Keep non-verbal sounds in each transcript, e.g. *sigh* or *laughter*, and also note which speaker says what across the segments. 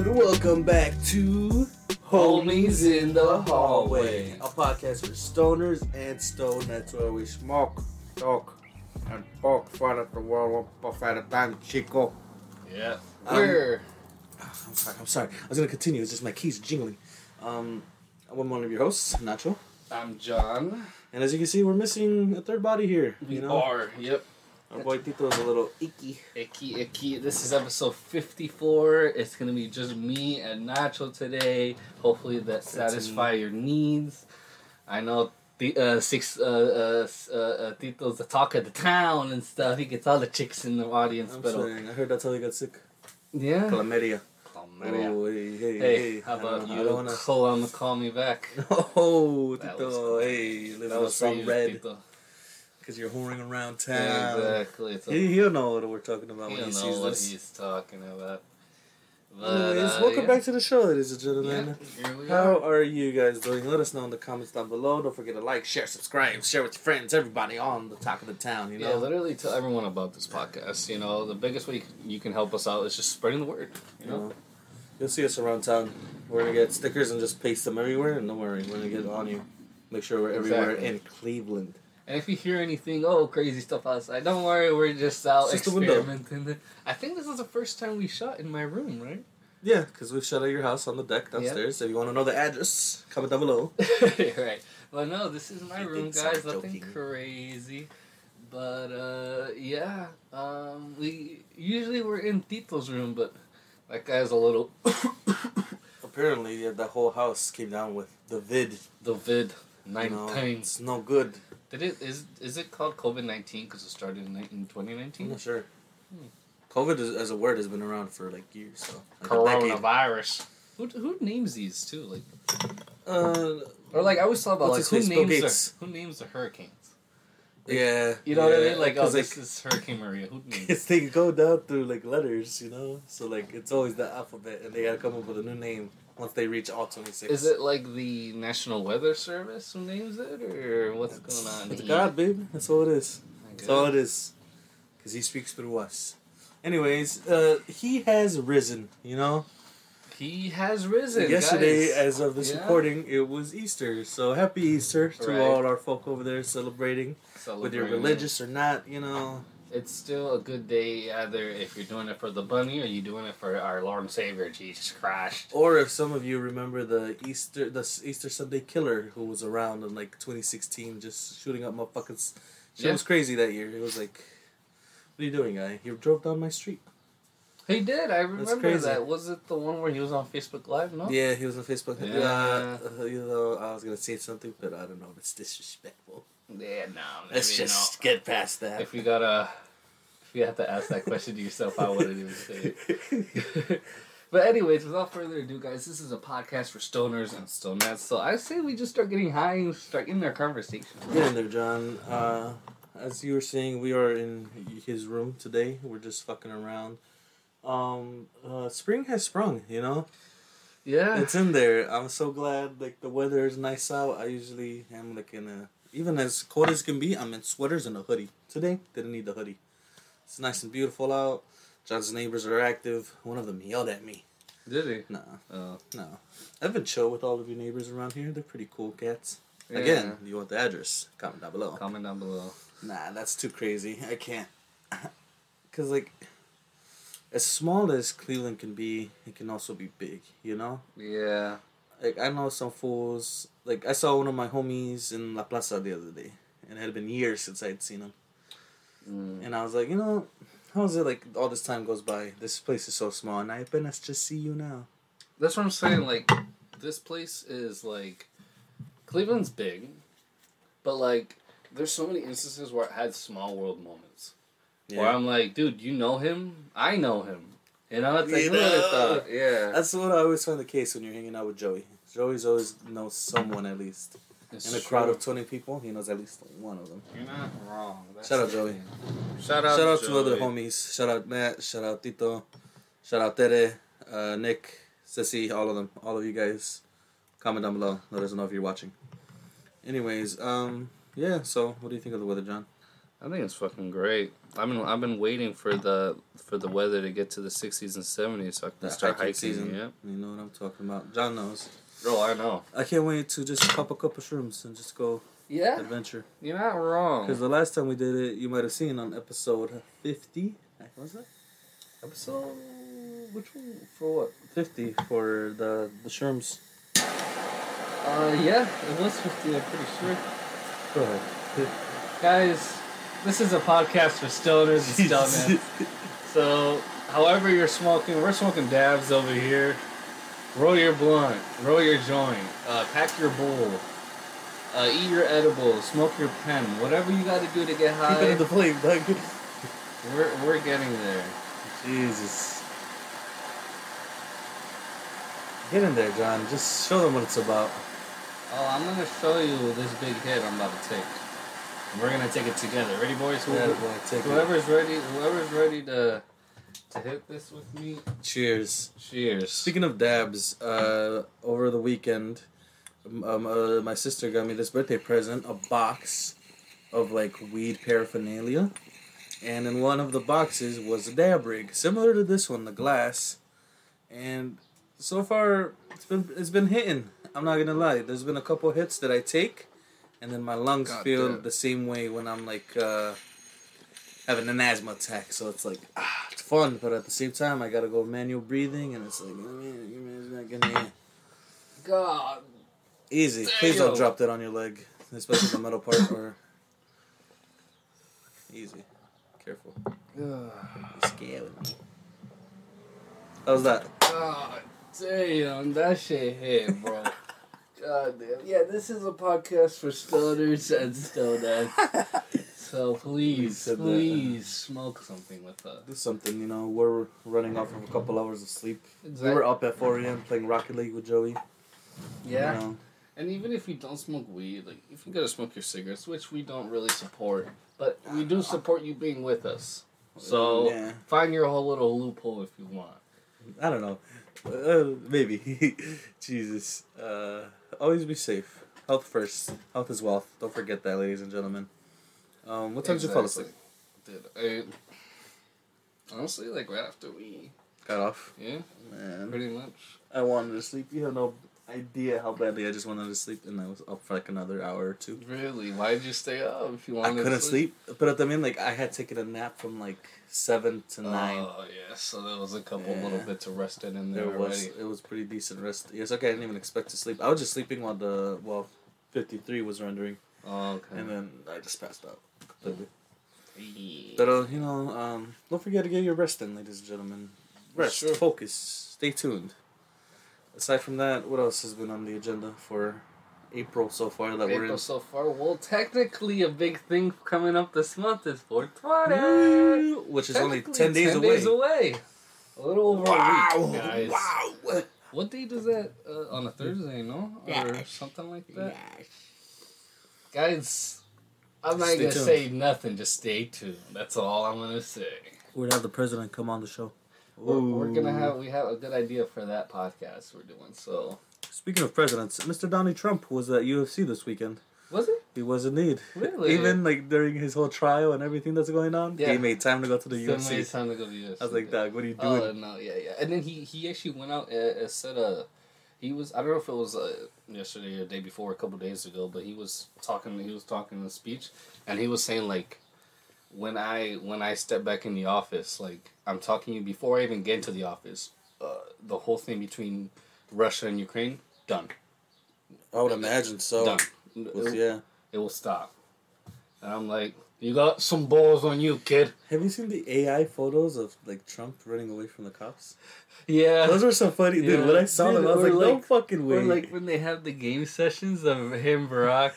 Speaker 1: Welcome back to
Speaker 2: Homies in the hallway.
Speaker 1: a podcast for stoners and stoners where we smoke, talk, and poke fun at the world one puff at a time, Chico.
Speaker 2: Yeah.
Speaker 1: Um,
Speaker 2: We're
Speaker 1: I'm sorry. I'm sorry. I was gonna continue. It's just my keys jingling. Um, I'm one of your hosts, Nacho,
Speaker 2: I'm John.
Speaker 1: and as you can see, we're missing a third body here.
Speaker 2: We
Speaker 1: You know,
Speaker 2: are. Yep.
Speaker 1: our boy Tito's a little icky.
Speaker 2: Icky icky. This is episode 54. It's gonna be just me and Nacho today. Hopefully that satisfy your needs. I know. The, uh, six uh, uh, s- uh, uh, Tito's the talk of the town and stuff. He gets all the chicks in the audience,
Speaker 1: I'm
Speaker 2: but uh,
Speaker 1: saying. I heard that's how they got sick.
Speaker 2: yeah.
Speaker 1: Chlamydia.
Speaker 2: Chlamydia.
Speaker 1: Oh, hey, hey,
Speaker 2: Hey,
Speaker 1: hey.
Speaker 2: how
Speaker 1: I don't
Speaker 2: about
Speaker 1: know.
Speaker 2: you?
Speaker 1: I don't wanna-
Speaker 2: Call on the call me
Speaker 1: *laughs*
Speaker 2: back. *laughs*
Speaker 1: Oh,
Speaker 2: That
Speaker 1: Tito,
Speaker 2: was-
Speaker 1: hey,
Speaker 2: That
Speaker 1: living
Speaker 2: was for
Speaker 1: some
Speaker 2: you,
Speaker 1: red
Speaker 2: Tito.
Speaker 1: because you're whoring around town. *laughs*
Speaker 2: Exactly. It's a-
Speaker 1: He, he'll know what we're talking about
Speaker 2: I
Speaker 1: when
Speaker 2: don't
Speaker 1: he
Speaker 2: know
Speaker 1: sees
Speaker 2: what
Speaker 1: this.
Speaker 2: he's talking about. But,
Speaker 1: Anyways,
Speaker 2: uh,
Speaker 1: welcome
Speaker 2: yeah.
Speaker 1: back to the show, ladies and
Speaker 2: Yeah,
Speaker 1: gentlemen.
Speaker 2: here we
Speaker 1: How
Speaker 2: are.
Speaker 1: are you guys doing? Let us know in the comments down below. Don't forget to like, share, subscribe, share with your friends, everybody on the talk of the town. You
Speaker 2: Yeah,
Speaker 1: know,
Speaker 2: literally tell everyone about this podcast. You know, the biggest way you can- you can help us out is just spreading the word. You
Speaker 1: you
Speaker 2: know,
Speaker 1: know, you'll see us around town. We're gonna get stickers and just paste them everywhere, and don't worry, we're gonna get it on you. Make sure we're everywhere
Speaker 2: Exactly.
Speaker 1: in Cleveland.
Speaker 2: and if you hear anything, oh, crazy stuff outside, don't worry, we're just out
Speaker 1: It's just the window.
Speaker 2: experimenting. I think this is the first time we shot in my room, right?
Speaker 1: Yeah, because we've shut out your house on the deck downstairs. If you want to know the address, comment down below.
Speaker 2: *laughs* right. Well, no, this is my
Speaker 1: I
Speaker 2: room,
Speaker 1: think so, I'm
Speaker 2: guys. Nothing
Speaker 1: joking.
Speaker 2: crazy. But uh, yeah, um, we usually we're in Tito's room, but that guy's a little *coughs*
Speaker 1: Apparently, yeah, the whole house came down with the vid.
Speaker 2: the vid
Speaker 1: You
Speaker 2: nine
Speaker 1: know,
Speaker 2: times.
Speaker 1: it's no good.
Speaker 2: Did it is is it called COVID nineteen because it started in, 19,
Speaker 1: I'm
Speaker 2: 2019?
Speaker 1: not sure. COVID is, as a word has been around for like years. So like a decade.
Speaker 2: Coronavirus. Who, who names these too? Like
Speaker 1: Uh,
Speaker 2: or like I always thought about
Speaker 1: What's
Speaker 2: like
Speaker 1: his
Speaker 2: who
Speaker 1: face? Bill
Speaker 2: names
Speaker 1: Gates.
Speaker 2: the, who names the hurricanes.
Speaker 1: yeah.
Speaker 2: You know what I
Speaker 1: yeah,
Speaker 2: mean? Like oh,
Speaker 1: 'cause, *laughs*
Speaker 2: this is Hurricane Maria. Who names? it?
Speaker 1: Cause they go down through like letters, you know, so like it's always the alphabet, and they gotta come up with a new name once they reach all twenty six.
Speaker 2: Is it like the National Weather Service who names it, or what's going on?
Speaker 1: It's
Speaker 2: here?
Speaker 1: God, baby. That's all it is.
Speaker 2: My
Speaker 1: That's
Speaker 2: God.
Speaker 1: all it is. Cause He speaks through us. Anyways, uh, He has risen. You know,
Speaker 2: He has risen.
Speaker 1: yesterday,
Speaker 2: guys.
Speaker 1: as of this
Speaker 2: Yeah.
Speaker 1: recording, it was Easter. So happy Easter to
Speaker 2: Right.
Speaker 1: all our folk over there celebrating. whether you're
Speaker 2: Celebrating.
Speaker 1: uh, religious or not, you know.
Speaker 2: it's still a good day. Either if you're doing it for the bunny, or you're doing it for our Lord and Savior Jesus Christ.
Speaker 1: Or if some of you remember the Easter the S- Easter Sunday killer who was around in like 2016, just shooting up motherfuckers. Shit
Speaker 2: Yeah.
Speaker 1: was crazy that year. It was like, what are you doing, guy? You drove down my street.
Speaker 2: He did. I remember
Speaker 1: crazy.
Speaker 2: that. Was it the one where he was on Facebook Live? No.
Speaker 1: Yeah, he was on Facebook.
Speaker 2: Yeah.
Speaker 1: Yeah. Uh, you know, I was gonna say something, but I don't know. if It's disrespectful.
Speaker 2: Yeah, no.
Speaker 1: Let's
Speaker 2: maybe
Speaker 1: just get past
Speaker 2: no.
Speaker 1: that.
Speaker 2: If you gotta, if you have to ask that question to yourself, I wouldn't even say it.
Speaker 1: *laughs*
Speaker 2: but anyways, without further ado, guys, this is a podcast for stoners and stoners. So I say we just start getting high and start in their conversation.
Speaker 1: Get in there, John. Uh, as you were saying, we are in his room today. We're just fucking around. Um, uh, spring has sprung, you know?
Speaker 2: Yeah.
Speaker 1: It's in there. I'm so glad, like, the weather is nice out. I usually am, like, in a... Even as cold as can be, I'm in sweaters and a hoodie. Today, didn't need the hoodie. It's nice and beautiful out. John's neighbors are active. One of them yelled at me.
Speaker 2: Did he?
Speaker 1: Nah,
Speaker 2: Oh.
Speaker 1: no. I've been chill with all of your neighbors around here. They're pretty cool cats. Again, you want the address? Comment down below.
Speaker 2: Yeah. Comment down below.
Speaker 1: Nah, that's too crazy. I can't. *laughs* Cause like, as small as Cleveland can be, it can also be big. You know,
Speaker 2: Yeah.
Speaker 1: like I know some fools. Like I saw one of my homies in La Plaza the other day, and it had been years since I'd seen him.
Speaker 2: Mm.
Speaker 1: And I was like, you know, how is it like all this time goes by? This place is so small, and I apenas just see you now.
Speaker 2: That's what I'm saying. Like, this place is like, Cleveland's big, but like, there's so many instances where I had small world moments where I'm like, dude, you know him, I know him, you know? It's like,
Speaker 1: You
Speaker 2: who would've
Speaker 1: know.
Speaker 2: thought? yeah,
Speaker 1: That's what I always find the case when you're hanging out with Joey. Joey's always knows someone at least.
Speaker 2: It's
Speaker 1: In a crowd
Speaker 2: true.
Speaker 1: of 20 people, he knows at least one of them.
Speaker 2: You're not wrong. That's
Speaker 1: Shout out,
Speaker 2: the
Speaker 1: Joey.
Speaker 2: thing. Shout out,
Speaker 1: Shout out to
Speaker 2: Joey.
Speaker 1: other homies. Shout out Matt. Shout out Tito. Shout out Tere, uh, Nick, Sissy, all of them. All of you guys. Comment down below. Let us know if you're watching. Anyways, um, yeah. So, what do you think of the weather, John?
Speaker 2: I think it's fucking great. I've been I've been waiting for the for the weather to get to the sixties and seventies so I can
Speaker 1: The
Speaker 2: start
Speaker 1: hiking
Speaker 2: hiking.
Speaker 1: season.
Speaker 2: Yeah,
Speaker 1: You know what I'm talking about. John knows.
Speaker 2: bro, I know.
Speaker 1: I can't wait to just pop a couple shrooms and just go
Speaker 2: Yeah,
Speaker 1: adventure.
Speaker 2: you're not wrong.
Speaker 1: Because the last time we did it, you might have seen on episode 50. Was it?
Speaker 2: Episode which one for what?
Speaker 1: 50 for the, the shrooms.
Speaker 2: Uh, yeah, it was fifty. I'm pretty sure.
Speaker 1: Go ahead. *laughs*
Speaker 2: Guys, this is a podcast for stoners *laughs* and stoners. so, however you're smoking, we're smoking dabs over here. Roll your blunt, roll your joint, uh, pack your bowl, uh, eat your edible, smoke your pen, whatever you got to do to get
Speaker 1: Keep it
Speaker 2: high.
Speaker 1: in the flame, Doug.
Speaker 2: we're we're getting there.
Speaker 1: Jesus. Get in there, John. Just show them what it's about.
Speaker 2: Oh, I'm gonna show you this big hit I'm about to take. We're gonna take it together. Ready, boys?
Speaker 1: Yeah, boy, take it.
Speaker 2: Whoever's ready, whoever's ready to to hit this with me.
Speaker 1: Cheers.
Speaker 2: Cheers.
Speaker 1: Speaking of dabs, uh, over the weekend, um, um, uh, my sister got me this birthday present a box of like weed paraphernalia. And in one of the boxes was a dab rig, similar to this one, the glass. And so far, it's been it's been hitting. I'm not gonna lie. There's been a couple hits that I take, and then my lungs
Speaker 2: God
Speaker 1: feel
Speaker 2: damn.
Speaker 1: the same way when I'm like uh, having an asthma attack. So it's like ah, it's fun, but at the same time, I gotta go manual breathing, and it's like man, you man's not gonna
Speaker 2: God
Speaker 1: easy. Please
Speaker 2: Damn.
Speaker 1: don't drop that on your leg, especially the metal part.
Speaker 2: *laughs*
Speaker 1: Or easy, careful. You're scaring me. How's that?
Speaker 2: God damn, that shit hit, bro. God damn. Yeah, this is a podcast for stoners and stoners. so
Speaker 1: You
Speaker 2: please,
Speaker 1: said that.
Speaker 2: please smoke something with us.
Speaker 1: Do something, you know. We're running off of a couple hours of sleep. We
Speaker 2: Exactly.
Speaker 1: were up at 4 a.m. playing Rocket League with Joey.
Speaker 2: yeah.
Speaker 1: You know.
Speaker 2: And even if you don't smoke weed, like if you gotta smoke your cigarettes, which we don't really support, but we do support you being with us. So
Speaker 1: Yeah.
Speaker 2: find your whole little loophole if you want.
Speaker 1: I don't know. Uh, maybe. *laughs* Jesus. Uh, always be safe. Health first. Health is wealth. Don't forget that, ladies and gentlemen. Um, what time did you fall asleep?
Speaker 2: Dude, I, honestly, like right after we,
Speaker 1: Got off.
Speaker 2: yeah,
Speaker 1: Man.
Speaker 2: pretty much.
Speaker 1: I wanted to sleep. You have no idea how badly I just wanted to sleep, and I was up for like another hour or two.
Speaker 2: Really? Why did you stay up if you
Speaker 1: I
Speaker 2: wanted?
Speaker 1: couldn't sleep, but at the mean, like I had taken a nap from like seven to nine.
Speaker 2: Oh yeah, so there was a couple
Speaker 1: Yeah.
Speaker 2: little bits of resting in there
Speaker 1: It was
Speaker 2: already.
Speaker 1: it was pretty decent rest. Yes, okay. I didn't even expect to sleep. I was just sleeping while the well, fifty three was rendering,
Speaker 2: Oh, okay.
Speaker 1: and then I just passed out.
Speaker 2: Yeah.
Speaker 1: But uh, you know, um, don't forget to get your rest in, ladies and gentlemen. Rest,
Speaker 2: Sure.
Speaker 1: focus, stay tuned. Aside from that, what else has been on the agenda for April so far that we're
Speaker 2: April
Speaker 1: in?
Speaker 2: so far. Well, technically, a big thing coming up this month is 420.
Speaker 1: Woo! Mm, Which is only
Speaker 2: Technically,
Speaker 1: ten days away.
Speaker 2: away. A little over a
Speaker 1: Wow!
Speaker 2: week, guys.
Speaker 1: Wow!
Speaker 2: What day does that? Uh, on a Thursday, no, or something like that. Guys, I'm not
Speaker 1: Stay
Speaker 2: gonna
Speaker 1: tuned.
Speaker 2: say nothing. Just stay tuned. That's all I'm gonna say.
Speaker 1: We'd have the president come on the show.
Speaker 2: We're, we're gonna
Speaker 1: Ooh.
Speaker 2: have we have a good idea for that podcast we're doing. So
Speaker 1: Speaking of presidents, Mr. Donald Trump was at UFC this weekend.
Speaker 2: was it
Speaker 1: He was indeed.
Speaker 2: Really?
Speaker 1: Even like during his whole trial and everything that's going on,
Speaker 2: Yeah.
Speaker 1: he made time to go to the
Speaker 2: Still made
Speaker 1: UFC.
Speaker 2: time to go to the UFC?
Speaker 1: I was like, Doug, what are you doing?
Speaker 2: Oh no, yeah, yeah. And then he he actually went out and, and said uh he was I don't know if it was uh, yesterday or the day before a couple days ago, but he was talking he was talking in a speech and he was saying like when I when I step back in the office like I'm talking to you before I even get into the office uh, the whole thing between Russia and Ukraine done
Speaker 1: I would imagine so.
Speaker 2: done
Speaker 1: Was-
Speaker 2: it,
Speaker 1: yeah.
Speaker 2: it will stop and I'm like you got some balls on you kid
Speaker 1: Have you seen the AI photos of like Trump running away from the cops?
Speaker 2: *laughs* yeah
Speaker 1: Those were so funny, dude. When I saw
Speaker 2: Yeah.
Speaker 1: them, I was
Speaker 2: Dude,
Speaker 1: like,
Speaker 2: or
Speaker 1: no
Speaker 2: like-
Speaker 1: fucking way.
Speaker 2: Or like
Speaker 1: *laughs*
Speaker 2: when they have the game sessions of him, Barack,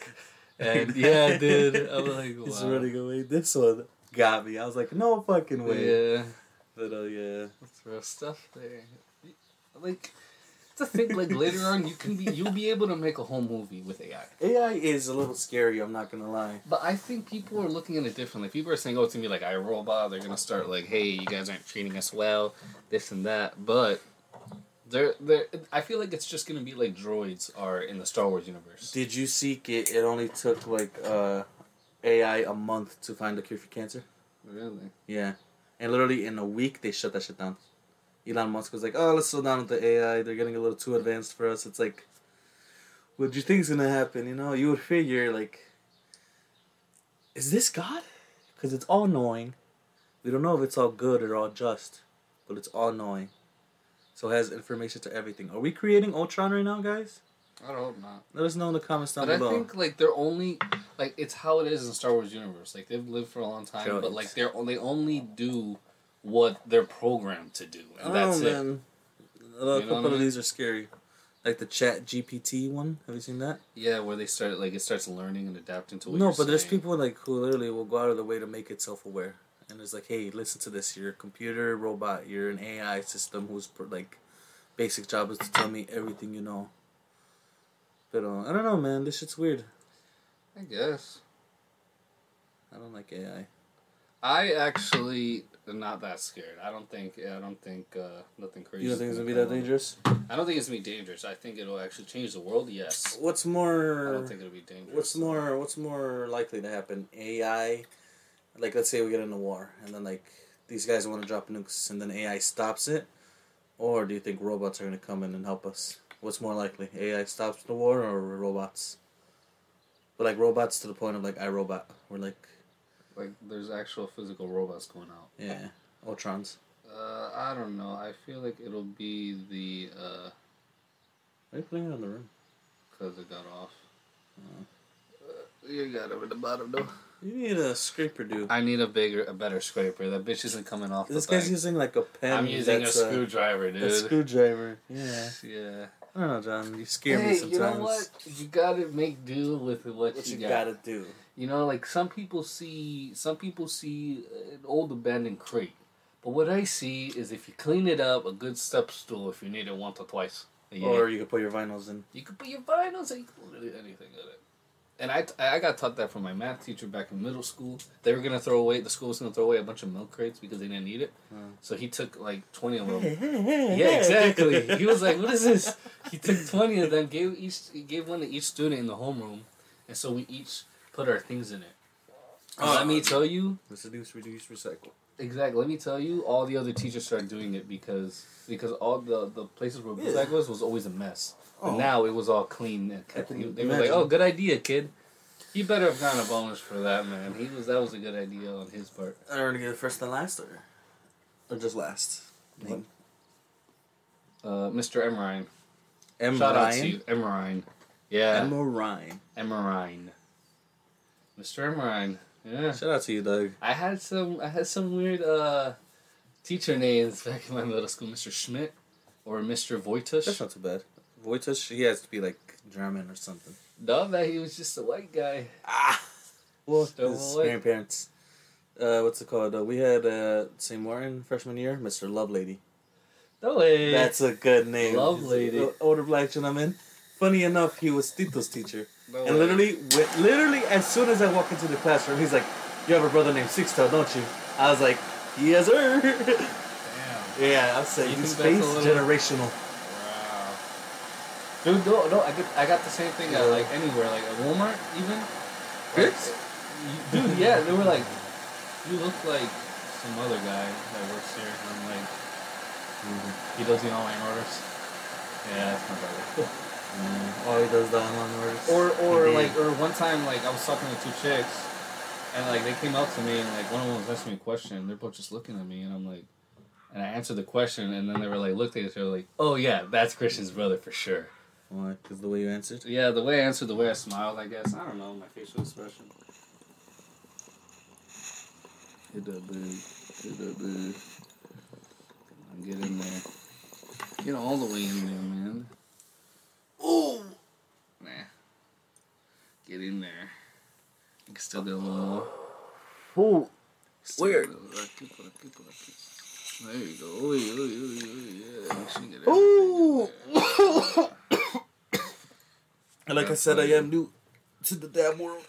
Speaker 2: and *laughs* yeah, dude, I'm like,
Speaker 1: *laughs*
Speaker 2: wow.
Speaker 1: He's running away. This one got me. I was like, no fucking way.
Speaker 2: Yeah,
Speaker 1: But uh, yeah.
Speaker 2: that's real stuff there. Like, to think like later on, you can be you'll be able to make a whole movie with AI.
Speaker 1: AI is a little scary, I'm not gonna lie.
Speaker 2: But I think people are looking at it differently. People are saying, "Oh, it's gonna be like iRobot." They're gonna start like, "Hey, you guys aren't treating us well," this and that. But they're, they're I feel like it's just gonna be like droids are in the Star Wars universe.
Speaker 1: Did you seek it? It only took like uh AI a month to find a cure for cancer.
Speaker 2: Really?
Speaker 1: Yeah. And literally in a week, they shut that shit down. Elon Musk was like, oh, let's slow down with the AI. They're getting a little too advanced for us. It's like, what do you think's going to happen? You know, you would figure, like, is this God? Because it's all knowing. We don't know if it's all good or all just, but it's all knowing. So it has information to everything. Are we creating Ultron right now, guys?
Speaker 2: I don't hope not.
Speaker 1: Let us know in the comments down
Speaker 2: But I
Speaker 1: below.
Speaker 2: think like they're only like it's how it is in Star Wars universe. Like they've lived for a long time,
Speaker 1: Sure,
Speaker 2: but
Speaker 1: it's-
Speaker 2: like they're they only do what they're programmed to do, and that's it.
Speaker 1: Oh, A lot-
Speaker 2: You know
Speaker 1: couple
Speaker 2: what I
Speaker 1: of
Speaker 2: mean?
Speaker 1: these are scary. Like the Chat GPT one. Have you seen that?
Speaker 2: Yeah, where they start like it starts learning and adapting to what.
Speaker 1: no,
Speaker 2: you're
Speaker 1: but there's
Speaker 2: saying.
Speaker 1: people like who literally will go out of their way to make it self-aware, and it's like, hey, listen to this. You're a computer robot. You're an AI system whose pr- like basic job is to tell me everything you know. But uh, I don't know, man. This shit's weird.
Speaker 2: I guess
Speaker 1: I don't like AI.
Speaker 2: I actually am not that scared. I don't think. I don't think uh, nothing crazy.
Speaker 1: You don't
Speaker 2: is
Speaker 1: think it's gonna be
Speaker 2: come
Speaker 1: that
Speaker 2: up.
Speaker 1: dangerous?
Speaker 2: I don't think it's gonna be dangerous. I think it'll actually change the world. Yes.
Speaker 1: What's
Speaker 2: I
Speaker 1: more?
Speaker 2: don't think it'll be dangerous.
Speaker 1: What's more? What's more likely to happen? AI, like let's say we get in a war, and then like these guys want to drop nukes, and then AI stops it, or do you think robots are gonna come in and help us? What's more likely? AI stops the war, or robots? But like robots to the point of like iRobot, we're like
Speaker 2: Like there's actual physical robots going out.
Speaker 1: yeah, Ultrons.
Speaker 2: Uh, I don't know. I feel like it'll be the uh
Speaker 1: Why are you putting it on the room?
Speaker 2: 'cause it got off. Uh, you got it at the bottom though.
Speaker 1: You need a scraper, dude.
Speaker 2: I need a bigger, a better scraper. That bitch isn't coming off.
Speaker 1: This
Speaker 2: the thing.
Speaker 1: guy's using like a pen.
Speaker 2: I'm using a
Speaker 1: that's uh, a,
Speaker 2: screwdriver, dude.
Speaker 1: a screwdriver. Yeah,
Speaker 2: yeah.
Speaker 1: I don't know, John. You scare me
Speaker 2: Hey,
Speaker 1: sometimes.
Speaker 2: you know what? You gotta make do with what,
Speaker 1: What
Speaker 2: you,
Speaker 1: you
Speaker 2: got.
Speaker 1: gotta do?
Speaker 2: You know, like some people see, some people see an old abandoned crate, but what I see is if you clean it up, a good step stool if you need it once or twice. a year.
Speaker 1: Or you could put your vinyls in.
Speaker 2: You could put your vinyls and you could literally do anything with it. And I, I got taught that from my math teacher back in middle school. They were gonna throw away the school was gonna throw away a bunch of milk crates because they didn't need it. So he took like twenty of
Speaker 1: *laughs*
Speaker 2: them. yeah, exactly. He was like, "What is this?" He took twenty of them, gave each he gave one to each student in the homeroom, and so we each put our things in it. And
Speaker 1: Oh,
Speaker 2: let me tell you
Speaker 1: Reduce, reduce, recycle.
Speaker 2: exactly. Let me tell you, all the other teachers started doing it because because all the the places where
Speaker 1: Yeah.
Speaker 2: bootleg was was always a mess. But
Speaker 1: Oh.
Speaker 2: now it was all clean. and kept-
Speaker 1: I can
Speaker 2: They were like,
Speaker 1: imagine.
Speaker 2: "Oh, good idea, kid. You better have gotten a bonus for that, man. He was that was a good idea on his part."
Speaker 1: Are we gonna get first and last, or or just last?
Speaker 2: Name. Uh, Mr. Emerine,
Speaker 1: M
Speaker 2: shout out to
Speaker 1: Ryan.
Speaker 2: you, Emerine. Yeah,
Speaker 1: M Ryan.
Speaker 2: Emerine. Mr. Emerine. Yeah,
Speaker 1: Shout out to you, Doug.
Speaker 2: I had some I had some weird uh teacher names back in my middle school. Mr. Schmidt or Mr.
Speaker 1: That's
Speaker 2: Voitush.
Speaker 1: not too bad. Wojtush, he has to be like German or something.
Speaker 2: No, man, he was just a white guy.
Speaker 1: Ah. Well,
Speaker 2: Still
Speaker 1: his
Speaker 2: white.
Speaker 1: grandparents. Uh, what's it called? Uh, we had uh, St. Martin freshman year, Mr. Lovelady.
Speaker 2: No way.
Speaker 1: That's a good name.
Speaker 2: Lovelady.
Speaker 1: He's an Older black gentleman. Funny enough, he was Tito's teacher.
Speaker 2: No
Speaker 1: And
Speaker 2: way.
Speaker 1: literally, wi- literally, as soon as I walk into the classroom, he's like, "You have a brother named Sixto, don't you?" I was like, "Yes, sir." *laughs*
Speaker 2: Damn.
Speaker 1: yeah, I said,
Speaker 2: You
Speaker 1: "This
Speaker 2: think
Speaker 1: space
Speaker 2: that's a little-
Speaker 1: generational."
Speaker 2: Wow. Dude, no, no, I get, I got the same thing at like anywhere, like at Walmart even. Like,
Speaker 1: Really?
Speaker 2: you- dude, yeah, they were like, you look like some other guy that works here, and I'm like,
Speaker 1: Mm-hmm.
Speaker 2: he does the online orders. Yeah, that's my *laughs* brother.
Speaker 1: Oh, he does the online orders.
Speaker 2: Or or
Speaker 1: Mhm.
Speaker 2: like or one time like I was talking to two chicks, and like they came up to me and like one of them was asking me a question. and They're both just looking at me and I'm like, and I answered the question and then they were like looked at each other like, oh yeah, that's Christian's brother for sure.
Speaker 1: Why? Because the way you answered.
Speaker 2: Yeah, the way I answered, the way I smiled, I guess. I don't know my facial expression. Hit that big, hit that big. Come on, get in there. Get all the way in there, man.
Speaker 1: Ooh.
Speaker 2: Nah. Get in there. You can still get a little more.
Speaker 1: Ooh.
Speaker 2: Still
Speaker 1: Where?
Speaker 2: get a little- keep going, keep going, keep going. There you go. Ooh, ooh, ooh, ooh, yeah. Make sure you get
Speaker 1: Ooh.
Speaker 2: everything in
Speaker 1: And *coughs* like I said, I am new to the damn world.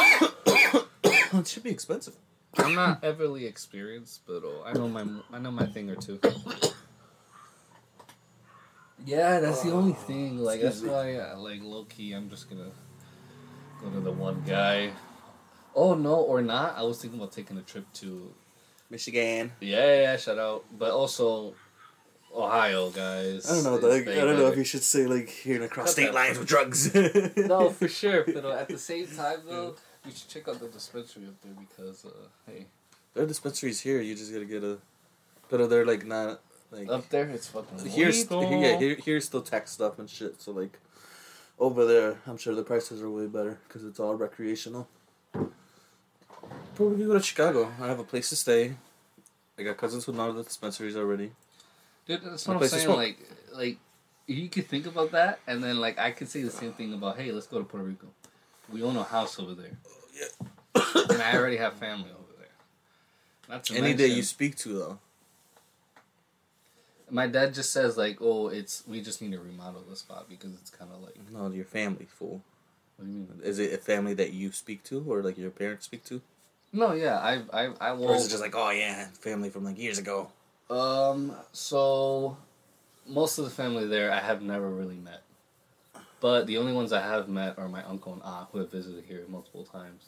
Speaker 1: *coughs* it should be expensive.
Speaker 2: there. I'm not heavily experienced, but oh, I know my I know my thing or two. Yeah, that's the only thing. Like that's
Speaker 1: excuse me.
Speaker 2: why, uh, like low key, I'm just gonna Go to the one guy. Oh no, or not. I was thinking about taking a trip to
Speaker 1: Michigan.
Speaker 2: yeah, yeah, yeah, shout out. But also Ohio guys.
Speaker 1: I don't know. Dog.
Speaker 2: It's way
Speaker 1: I don't know if
Speaker 2: better.
Speaker 1: you should say like here and across
Speaker 2: Cut
Speaker 1: state
Speaker 2: that.
Speaker 1: lines with drugs.
Speaker 2: *laughs*
Speaker 1: *laughs*
Speaker 2: No, for sure. But uh, at the *laughs* same time though, you should check out the dispensary up there because uh, hey,
Speaker 1: Their dispensaries here. You just gotta get a, but they're like not like
Speaker 2: up there it's fucking
Speaker 1: here's
Speaker 2: legal.
Speaker 1: here, yeah here, here's still taxed up and shit. So like, over there, I'm sure the prices are way better because it's all recreational. But if you go to Chicago, I have a place to stay. I got cousins who know the dispensaries
Speaker 2: *coughs*
Speaker 1: already.
Speaker 2: Dude, that's
Speaker 1: The
Speaker 2: what I'm
Speaker 1: place to
Speaker 2: saying.
Speaker 1: smoke.
Speaker 2: Like, like you could think about that, and then like I could say the same thing about, hey, let's go to Puerto Rico. We own a house over there. and I already have family over there. Not to
Speaker 1: Any day you
Speaker 2: mention-
Speaker 1: speak to though,
Speaker 2: my dad just says like, oh, it's we just need to remodel the spot because it's kind of like,
Speaker 1: no, your family fool.
Speaker 2: what do you mean?
Speaker 1: Is it a family that you speak to or like your parents speak to?
Speaker 2: No, yeah, I, I, I will.
Speaker 1: Or is it just like, oh yeah, family from like years ago?
Speaker 2: Um, so most of the family there I have never really met. But the only ones I have met are my uncle and aunt who have visited here multiple times.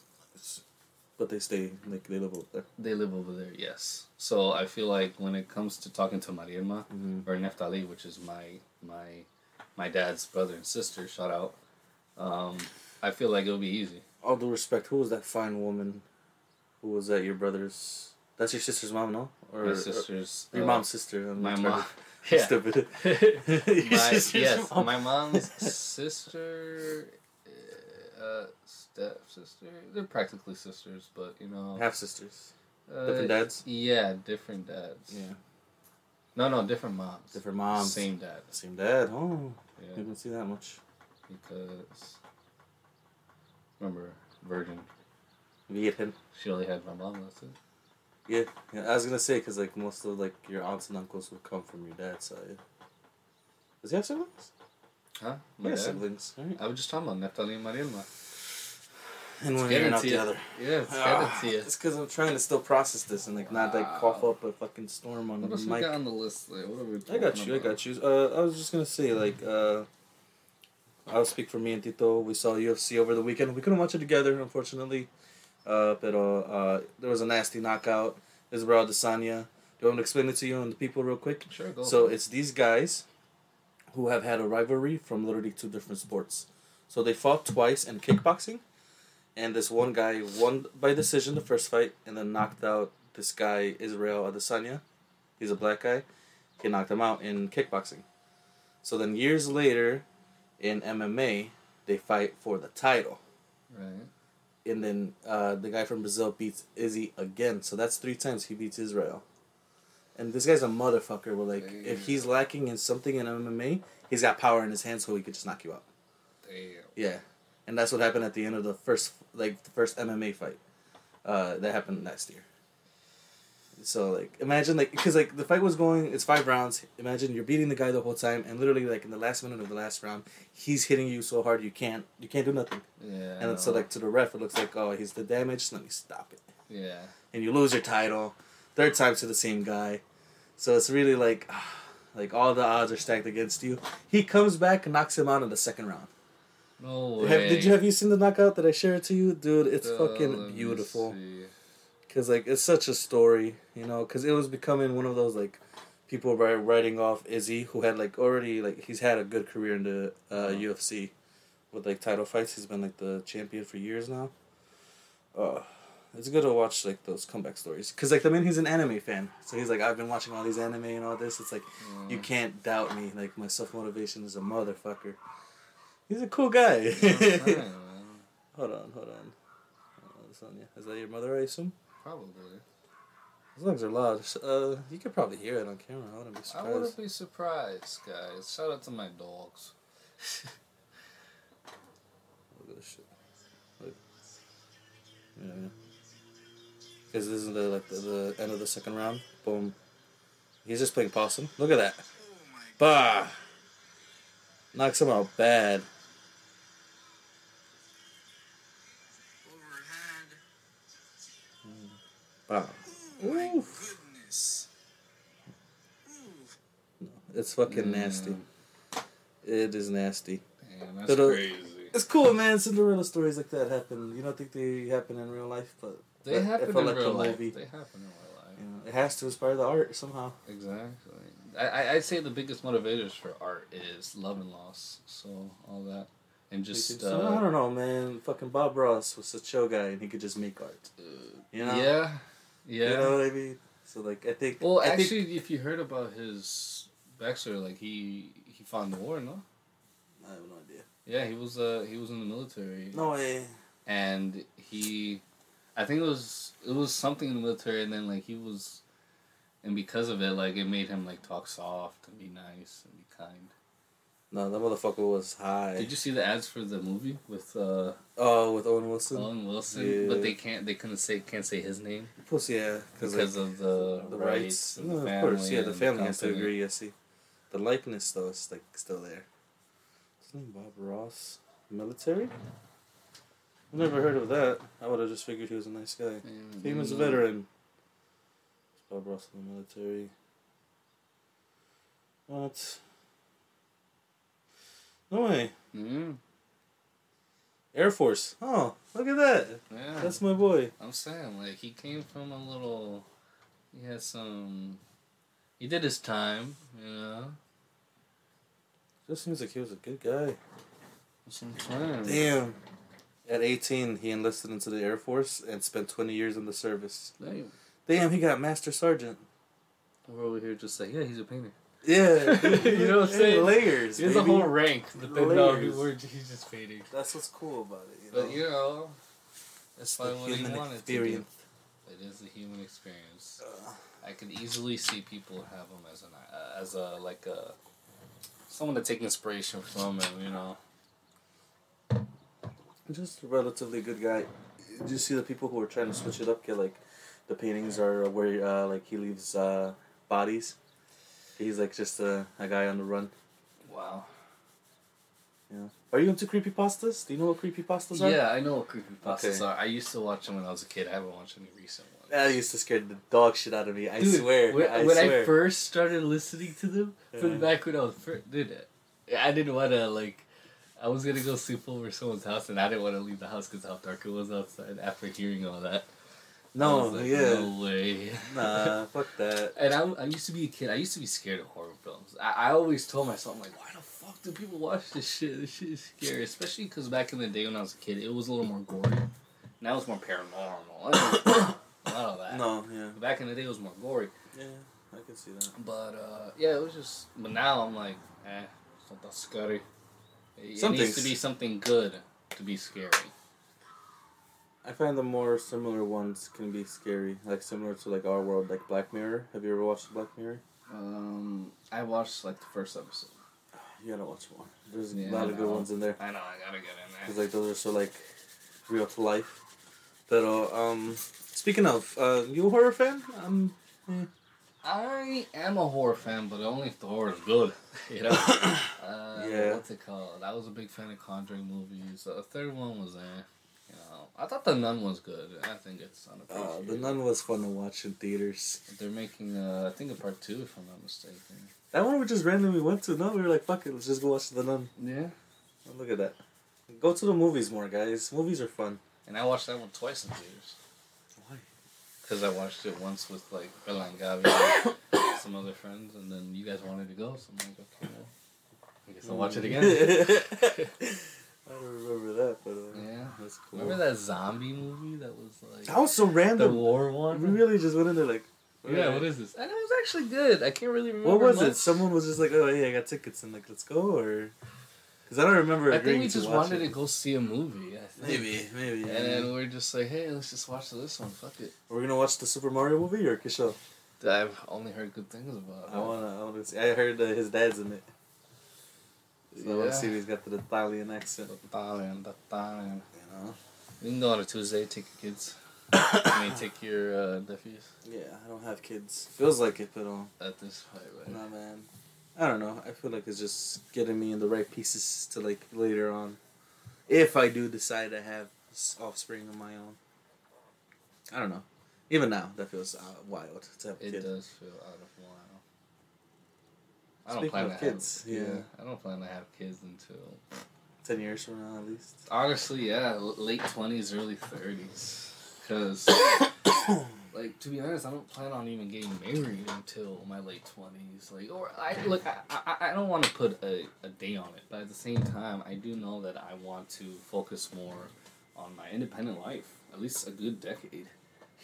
Speaker 1: But they stay like they live over there.
Speaker 2: They live over there, yes. So I feel like when it comes to talking to Marielma
Speaker 1: Mm-hmm.
Speaker 2: or Neftali, which is my my my dad's brother and sister, shout out. Um, I feel like it'll be easy.
Speaker 1: All due respect, who was that fine woman? Who was that? Your brother's? That's your sister's mom, no? Or
Speaker 2: my
Speaker 1: or-
Speaker 2: sister's
Speaker 1: your
Speaker 2: uh,
Speaker 1: mom's sister? I'm *laughs*
Speaker 2: my
Speaker 1: retarded.
Speaker 2: mom.
Speaker 1: I'm
Speaker 2: Yeah.
Speaker 1: Stupid.
Speaker 2: my,
Speaker 1: Your sister's
Speaker 2: yes,
Speaker 1: mom.
Speaker 2: my mom's sister, uh, step sister. They're practically sisters, but you know,
Speaker 1: half sisters,
Speaker 2: uh,
Speaker 1: different dads?
Speaker 2: Yeah, different dads.
Speaker 1: yeah,
Speaker 2: No, no, different moms.
Speaker 1: different moms,
Speaker 2: Same dads.
Speaker 1: same dad. Oh,
Speaker 2: Yeah,
Speaker 1: you can see that much.
Speaker 2: because remember, Virgin.
Speaker 1: You get him.
Speaker 2: She only had my mom. That's it.
Speaker 1: Yeah, yeah. I was gonna say because like most of like your aunts and uncles would come from your dad's side. Does he have siblings?
Speaker 2: Huh?
Speaker 1: Yeah,
Speaker 2: My dad.
Speaker 1: siblings. Right?
Speaker 2: I was just talking about Neftali and Marielma.
Speaker 1: And one
Speaker 2: Get
Speaker 1: ear
Speaker 2: it
Speaker 1: and out
Speaker 2: to
Speaker 1: the
Speaker 2: you.
Speaker 1: other.
Speaker 2: Yeah, it's
Speaker 1: Ah,
Speaker 2: ah, to you.
Speaker 1: It's because I'm trying to still process this and like not like cough
Speaker 2: Wow.
Speaker 1: up a fucking storm on
Speaker 2: What
Speaker 1: the
Speaker 2: else we
Speaker 1: mic.
Speaker 2: got on the list? There? What are we
Speaker 1: I got you. I got you. Uh, I was just gonna say like uh, I'll speak for me and Tito. We saw UFC over the weekend. We couldn't watch it together, unfortunately. Uh, but uh, uh, there was a nasty knockout. Israel Desanya. Do you want me to explain it to you and the people real quick?
Speaker 2: Sure, go.
Speaker 1: So
Speaker 2: for it.
Speaker 1: it's these guys who have had a rivalry from literally two different sports. So they fought twice in kickboxing, and this one guy won by decision the first fight, and then knocked out this guy Israel Adesanya. He's a black guy. He knocked him out in kickboxing. So then years later, in MMA, they fight for the title,
Speaker 2: right.
Speaker 1: and then uh, the guy from Brazil beats Izzy again. So that's three times he beats Israel. And this guy's a motherfucker. Where like, if he's lacking in something in MMA, he's got power in his hands, so he could just knock you out.
Speaker 2: Damn.
Speaker 1: Yeah, and that's what happened at the end of the first like the first MMA fight. Uh, that happened last year. So like, imagine like because like the fight was going, it's five rounds. Imagine you're beating the guy the whole time, and literally like in the last minute of the last round, he's hitting you so hard you can't you can't do nothing.
Speaker 2: Yeah.
Speaker 1: And so like to the ref, it looks like oh he's the damage. Let me stop it.
Speaker 2: Yeah.
Speaker 1: And you lose your title, third time to the same guy. So it's really like, ah, like all the odds are stacked against you. He comes back and knocks him out in the second round.
Speaker 2: No way.
Speaker 1: Have, did you have you seen the knockout that I shared to you, dude? It's
Speaker 2: Uh, let
Speaker 1: fucking
Speaker 2: me
Speaker 1: beautiful.
Speaker 2: see.
Speaker 1: Cause like it's such a story, you know. Cause it was becoming one of those like people were writing off Izzy, who had like already like he's had a good career in the uh, UFC with like title fights. He's been like the champion for years now. Uh, it's good to watch like those comeback stories. Cause like the man, he's an anime fan, so he's like I've been watching all these anime and all this. It's like
Speaker 2: Uh, *laughs* Uh-huh.
Speaker 1: you can't doubt me. Like my self motivation is a motherfucker. He's a cool guy.
Speaker 2: Alright, man.
Speaker 1: *laughs* hold on, hold on. Uh, Sonia, is that your mother? I assume.
Speaker 2: Probably.
Speaker 1: As long as they're loud, uh, you could probably hear it on camera. I wouldn't be
Speaker 2: I
Speaker 1: surprised.
Speaker 2: wouldn't be surprised, guys. Shout out to my dogs. *laughs*
Speaker 1: Look at this shit. Look. Yeah. Because this is the like the, the end of the second round. Boom. He's just playing possum. Look at that.
Speaker 3: Oh
Speaker 1: Bah. Knocks him out bad.
Speaker 3: overhead.
Speaker 1: Bah.
Speaker 3: Oh My
Speaker 1: Oof.
Speaker 3: goodness. Ooh.
Speaker 1: It's fucking nasty. It is nasty.
Speaker 2: Damn, that's
Speaker 1: Little- *laughs*
Speaker 2: crazy.
Speaker 1: It's cool, man. Cinderella stories like that happen. You don't think they happen in real life, but
Speaker 2: They
Speaker 1: It
Speaker 2: happen
Speaker 1: felt
Speaker 2: in
Speaker 1: like a
Speaker 2: real life.
Speaker 1: movie.
Speaker 2: They happen in real life.
Speaker 1: you know, it has to inspire the art somehow.
Speaker 2: Exactly. I, I I'd say the biggest motivators for art is love and loss. So all that, and just
Speaker 1: So, I
Speaker 2: uh,
Speaker 1: don't know, man. Fucking Bob Ross was a chill guy, and he could just make art. You know,
Speaker 2: Uh, yeah, yeah.
Speaker 1: you know what I mean. So like, I think.
Speaker 2: Well,
Speaker 1: I
Speaker 2: actually,
Speaker 1: think,
Speaker 2: if you heard about his backstory, like he he fought in the war, no?
Speaker 1: I have no idea.
Speaker 2: Yeah, he was uh he was in the military,
Speaker 1: No way.
Speaker 2: and he, I think it was it was something in the military, and then like he was, and because of it, like it made him like talk soft and be nice and be kind.
Speaker 1: No, that motherfucker was high.
Speaker 2: Did you see the ads for the movie with uh?
Speaker 1: Oh, with Owen Wilson.
Speaker 2: Owen Wilson,
Speaker 1: Yeah.
Speaker 2: but they can't. They couldn't say can't say his name
Speaker 1: Pussy, yeah, because like,
Speaker 2: because of the,
Speaker 1: the
Speaker 2: rights.
Speaker 1: rights.
Speaker 2: and
Speaker 1: No,
Speaker 2: the
Speaker 1: of course, yeah,
Speaker 2: and
Speaker 1: the family has to
Speaker 2: company.
Speaker 1: agree. I see. The likeness though is like still there. His name Bob Ross, military. I never heard of that. I would have just figured he was a nice guy.
Speaker 2: Yeah,
Speaker 1: Famous
Speaker 2: no.
Speaker 1: veteran. Bob Ross in the military. What? No way.
Speaker 2: Mm,
Speaker 1: Air Force. Oh, look at that.
Speaker 2: yeah,
Speaker 1: That's my boy.
Speaker 2: I'm saying like he came from a little. He had some. He did his time, you know.
Speaker 1: Just seems like he was a good guy.
Speaker 2: Some time.
Speaker 1: Damn. At 18, he enlisted into the Air Force and spent 20 years in the service.
Speaker 2: Damn.
Speaker 1: Damn, he got Master Sergeant.
Speaker 2: We're over here just like yeah, he's a painter. *laughs*
Speaker 1: Yeah.
Speaker 2: You know what I'm saying?
Speaker 1: Layers.
Speaker 2: He has a
Speaker 1: baby.
Speaker 2: whole rank, but then no, he,
Speaker 1: Layers.
Speaker 2: we're, he's just painting.
Speaker 1: That's what's cool about it. You know?
Speaker 2: But you know, that's
Speaker 1: It's the
Speaker 2: probably what he
Speaker 1: human
Speaker 2: wanted
Speaker 1: experience.
Speaker 2: to do. It is the human experience.
Speaker 1: Uh,
Speaker 2: I could easily see people have him as an uh, as a like a someone to take inspiration from him. You know.
Speaker 1: just a relatively good guy. Do you see the people who are trying to switch it up? Get like the paintings are where uh, like he leaves uh, bodies. He's like just a, a guy on the run.
Speaker 2: Wow.
Speaker 1: Yeah. Are you into creepy pastas? Do you know what creepy pastas are?
Speaker 2: Yeah, I know what creepypastas
Speaker 1: Okay.
Speaker 2: are. I used to watch them when I was a kid. I haven't watched any recent ones.
Speaker 1: That used to scare the dog shit out of me. I
Speaker 2: Dude,
Speaker 1: swear.
Speaker 2: When,
Speaker 1: I
Speaker 2: when
Speaker 1: swear.
Speaker 2: I first started listening to them,
Speaker 1: Yeah.
Speaker 2: from back when I was first, dude, I didn't want to like. I was gonna go sleep over at someone's house, and I didn't want to leave the house because how dark it was outside. After hearing all that, I
Speaker 1: no,
Speaker 2: was like,
Speaker 1: yeah.
Speaker 2: no way. *laughs*
Speaker 1: Nah, *laughs* fuck that.
Speaker 2: And I, I used to be a kid. I used to be scared of horror films. I, I always told myself, I'm like, why the fuck do people watch this shit? This shit is scary. Especially because back in the day when I was a kid, it was a little more gory. Now it's more paranormal. *coughs* a lot of that.
Speaker 1: No, yeah.
Speaker 2: Back in the day, it was more gory.
Speaker 1: Yeah, I can see that.
Speaker 2: But uh, yeah, it was just. But now I'm like, eh, it's not that scary. It,
Speaker 1: Some
Speaker 2: it needs
Speaker 1: things-
Speaker 2: to be something good to be scary.
Speaker 1: I find the more similar ones can be scary. Like similar to like our world, like Black Mirror. Have you ever watched Black Mirror?
Speaker 2: Um, I watched like the first episode.
Speaker 1: You gotta watch more. There's
Speaker 2: Yeah,
Speaker 1: a lot of good
Speaker 2: no.
Speaker 1: ones in there.
Speaker 2: I know. I gotta get in
Speaker 1: Cause
Speaker 2: there.
Speaker 1: like those are so like real to life. But uh, um, speaking of, uh, you a horror fan? Um,
Speaker 2: I am a horror fan, but only if the horror is good. *laughs*
Speaker 1: *coughs*
Speaker 2: You know? uh,
Speaker 1: Yeah.
Speaker 2: What's it called? I was a big fan of Conjuring movies. The third one was there. You know, I thought The Nun was good. I think it's
Speaker 1: uh,
Speaker 2: unappreciated.
Speaker 1: the Nun was fun to watch in theaters.
Speaker 2: They're making, uh, I think, a part two, if I'm not mistaken.
Speaker 1: That one we just randomly went to. No, we were like, fuck it, let's just go watch the Nun.
Speaker 2: Yeah.
Speaker 1: Oh, Look at that. Go to the movies more, guys. Movies are fun.
Speaker 2: And I watched that one twice in theaters.
Speaker 1: Why?
Speaker 2: Because I watched it once with like Bella and
Speaker 1: *coughs*
Speaker 2: Gabi and some other friends, and then you guys wanted to go, so I'm like, okay, well, I guess I'll watch it again.
Speaker 1: *laughs* I don't remember that, but uh,
Speaker 2: Yeah.
Speaker 1: that's cool.
Speaker 2: Remember that zombie movie that was like
Speaker 1: That was so
Speaker 2: the
Speaker 1: random.
Speaker 2: war
Speaker 1: We
Speaker 2: one?
Speaker 1: really just went in there like.
Speaker 2: Yeah, what is this? And it was actually good. I can't really remember.
Speaker 1: What was
Speaker 2: much.
Speaker 1: it? Someone was just like, "Oh yeah, I got tickets," and like, "Let's go," or because I don't remember.
Speaker 2: I think
Speaker 1: agreeing
Speaker 2: we
Speaker 1: to
Speaker 2: just
Speaker 1: watch
Speaker 2: wanted
Speaker 1: it.
Speaker 2: to go see a movie. I think.
Speaker 1: Maybe, maybe.
Speaker 2: And then we are just like, hey, let's just watch this one. Fuck it.
Speaker 1: We're gonna watch the Super Mario movie or Kisho.
Speaker 2: I've only heard good things about.
Speaker 1: I
Speaker 2: it.
Speaker 1: wanna, I wanna see. I heard uh, his dad's in it, so I wanna
Speaker 2: Yeah.
Speaker 1: see if he's got the Italian accent.
Speaker 2: Thailand, the Thailand.
Speaker 1: You know?
Speaker 2: We can go on a Tuesday. Take your kids.
Speaker 1: *coughs*
Speaker 2: I mean, take your uh, nephews.
Speaker 1: Yeah, I don't have kids. Feels like it, but um.
Speaker 2: At this point, right?
Speaker 1: Nah, man. I don't know. I feel like it's just getting me in the right pieces to like later on, if I do decide to have s- offspring of my own. I don't know. Even now, that feels uh, wild to have a
Speaker 2: It
Speaker 1: kid.
Speaker 2: does feel out of line. I don't
Speaker 1: Speaking
Speaker 2: plan
Speaker 1: of
Speaker 2: to
Speaker 1: kids,
Speaker 2: have, yeah.
Speaker 1: yeah.
Speaker 2: I don't plan to have kids until
Speaker 1: Ten years from now, at least.
Speaker 2: Honestly, yeah, l- late twenties, early thirties.
Speaker 1: *coughs*
Speaker 2: Cause, like, to be honest, I don't plan on even getting married until my late twenties. Like, or I look, I, I, I don't want to put a, a day on it, but at the same time, I do know that I want to focus more on my independent life. At least a good decade. *laughs*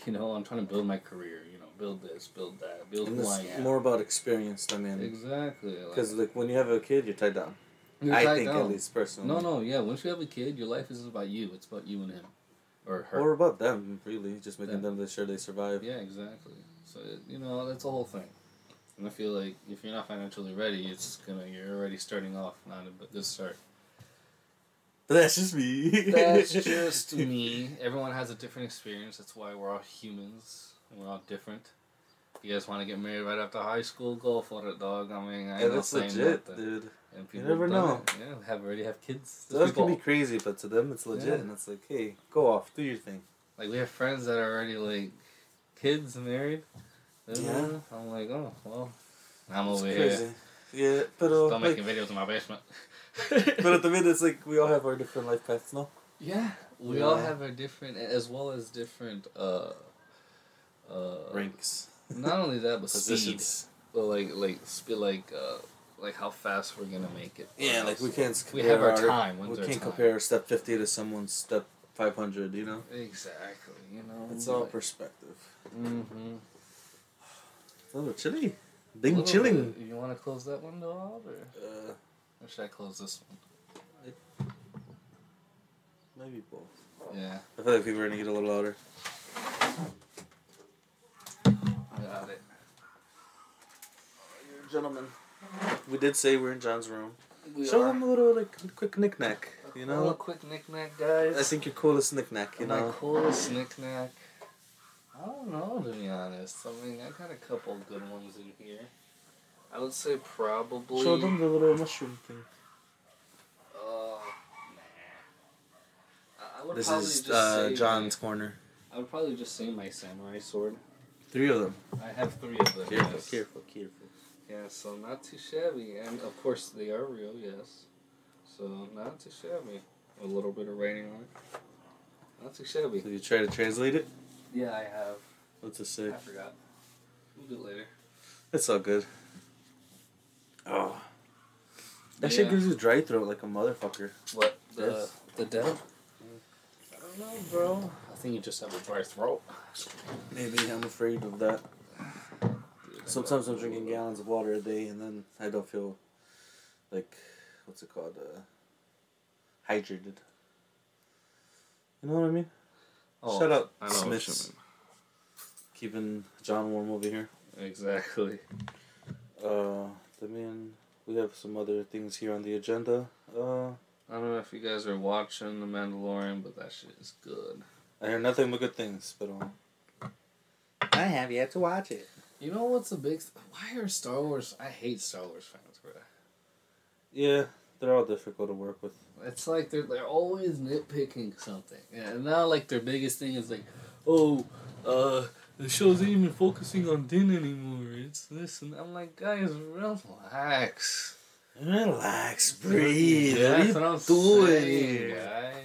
Speaker 2: You know, I'm trying to build my career. You know, build this, build that, build
Speaker 1: And
Speaker 2: who I
Speaker 1: it's
Speaker 2: am.
Speaker 1: more about experience than in.
Speaker 2: exactly. like,
Speaker 1: Because like when you have a kid, you're tied down.
Speaker 2: you're
Speaker 1: I
Speaker 2: tied
Speaker 1: think at
Speaker 2: down.
Speaker 1: least personally.
Speaker 2: No, no, yeah. Once you have a kid, your life isn't about you. It's about you and him, or her.
Speaker 1: Or about them, really, just making
Speaker 2: Yeah.
Speaker 1: them to sure they survive.
Speaker 2: Yeah, exactly. So you know that's the whole thing. And I feel like if you're not financially ready, it's gonna you're already starting off not a but
Speaker 1: *laughs*
Speaker 2: this start.
Speaker 1: But *laughs* that's just me. *laughs*
Speaker 2: That's just me. Everyone has a different experience. That's why we're all humans. and We're all different. You guys want to get married right after high school? Go for it, dog. I mean, I
Speaker 1: Yeah,
Speaker 2: ain't not
Speaker 1: that's
Speaker 2: saying
Speaker 1: legit,
Speaker 2: nothing.
Speaker 1: dude.
Speaker 2: And people
Speaker 1: never
Speaker 2: have done
Speaker 1: know.
Speaker 2: it. Yeah, have already have kids. There's
Speaker 1: Those
Speaker 2: people-
Speaker 1: can be crazy, but to them it's legit,
Speaker 2: Yeah.
Speaker 1: and it's like, hey, go off, do your thing.
Speaker 2: Like we have friends that are already like kids married.
Speaker 1: Yeah.
Speaker 2: I'm like, oh well. I'm
Speaker 1: It's
Speaker 2: over here.
Speaker 1: crazy. Yeah, but uh,
Speaker 2: Still
Speaker 1: like,
Speaker 2: making videos in my basement.
Speaker 1: *laughs* but at the minute it's like we all have our different life paths, no?
Speaker 2: *laughs* yeah, we all
Speaker 1: Yeah.
Speaker 2: have our different, as well as different. uh uh,
Speaker 1: Ranks,
Speaker 2: Not only that, but speed.
Speaker 1: positions.
Speaker 2: But like, like, speed, like, uh, like how fast we're gonna make it.
Speaker 1: Yeah, like we can't.
Speaker 2: We
Speaker 1: compare
Speaker 2: have our time. When's
Speaker 1: We
Speaker 2: our
Speaker 1: can't
Speaker 2: time?
Speaker 1: compare step fifty to someone's step five hundred. You know,
Speaker 2: Exactly. You know.
Speaker 1: it's all perspective.
Speaker 2: Mm-hmm.
Speaker 1: It's a little chilly. Ding chilling.
Speaker 2: You want to close that window out, or,
Speaker 1: Uh,
Speaker 2: or should I close this
Speaker 1: maybe both.
Speaker 2: one? Yeah.
Speaker 1: I feel like people are gonna get a little louder.
Speaker 2: Got it.
Speaker 1: Gentlemen, we did say we're in John's room.
Speaker 2: We
Speaker 1: Show
Speaker 2: are.
Speaker 1: him a little like quick knickknack. You
Speaker 2: a little
Speaker 1: know,
Speaker 2: quick knickknack, guys.
Speaker 1: I think your coolest knickknack. You
Speaker 2: my
Speaker 1: know,
Speaker 2: coolest knickknack. I don't know to be honest. I mean, I got a couple good ones in here. I would say probably.
Speaker 1: show them the little mushroom thing.
Speaker 2: Uh, nah. I- I would
Speaker 1: This
Speaker 2: probably
Speaker 1: is
Speaker 2: just
Speaker 1: uh,
Speaker 2: say
Speaker 1: John's corner.
Speaker 2: My, I would probably just say my samurai sword.
Speaker 1: Three of them.
Speaker 2: I have three of them.
Speaker 1: Careful,
Speaker 2: yes.
Speaker 1: careful, careful.
Speaker 2: Yeah, so not too shabby, and of course they are real. Yes, so not too shabby. A little bit of writing on it. Not too shabby.
Speaker 1: So you try to translate it.
Speaker 2: Yeah, I have.
Speaker 1: What's it say?
Speaker 2: I forgot. We'll do it later.
Speaker 1: It's all good. Oh. That
Speaker 2: Yeah.
Speaker 1: shit gives you dry throat like a motherfucker.
Speaker 2: What
Speaker 1: the-
Speaker 2: the devil? I don't know, bro. I think you just have a dry throat.
Speaker 1: Maybe I'm afraid of that. Sometimes I'm drinking gallons of water a day and then I don't feel like what's it called? Uh, hydrated. You know what I mean? Shut up,
Speaker 2: Oh, I know what you
Speaker 1: Smiths. Keeping John warm over here.
Speaker 2: mean. Exactly.
Speaker 1: Uh, I mean, we have some other things here on the agenda. Uh,
Speaker 2: I don't know if you guys are watching The Mandalorian, but that shit is good.
Speaker 1: I hear nothing but good things, but um, I have yet to watch it.
Speaker 2: You know what's a big? Th- Why are Star Wars? I hate Star Wars fans, bro.
Speaker 1: Yeah, they're all difficult to work with.
Speaker 2: It's like they're they're always nitpicking something, and now like their biggest thing is like, oh, uh, the show's not even focusing on Din anymore. It's this, and I'm like, guys, relax.
Speaker 1: Relax, breathe.
Speaker 2: Yeah,
Speaker 1: what are you
Speaker 2: that's what I'm
Speaker 1: doing?
Speaker 2: saying,
Speaker 1: here?
Speaker 2: guys.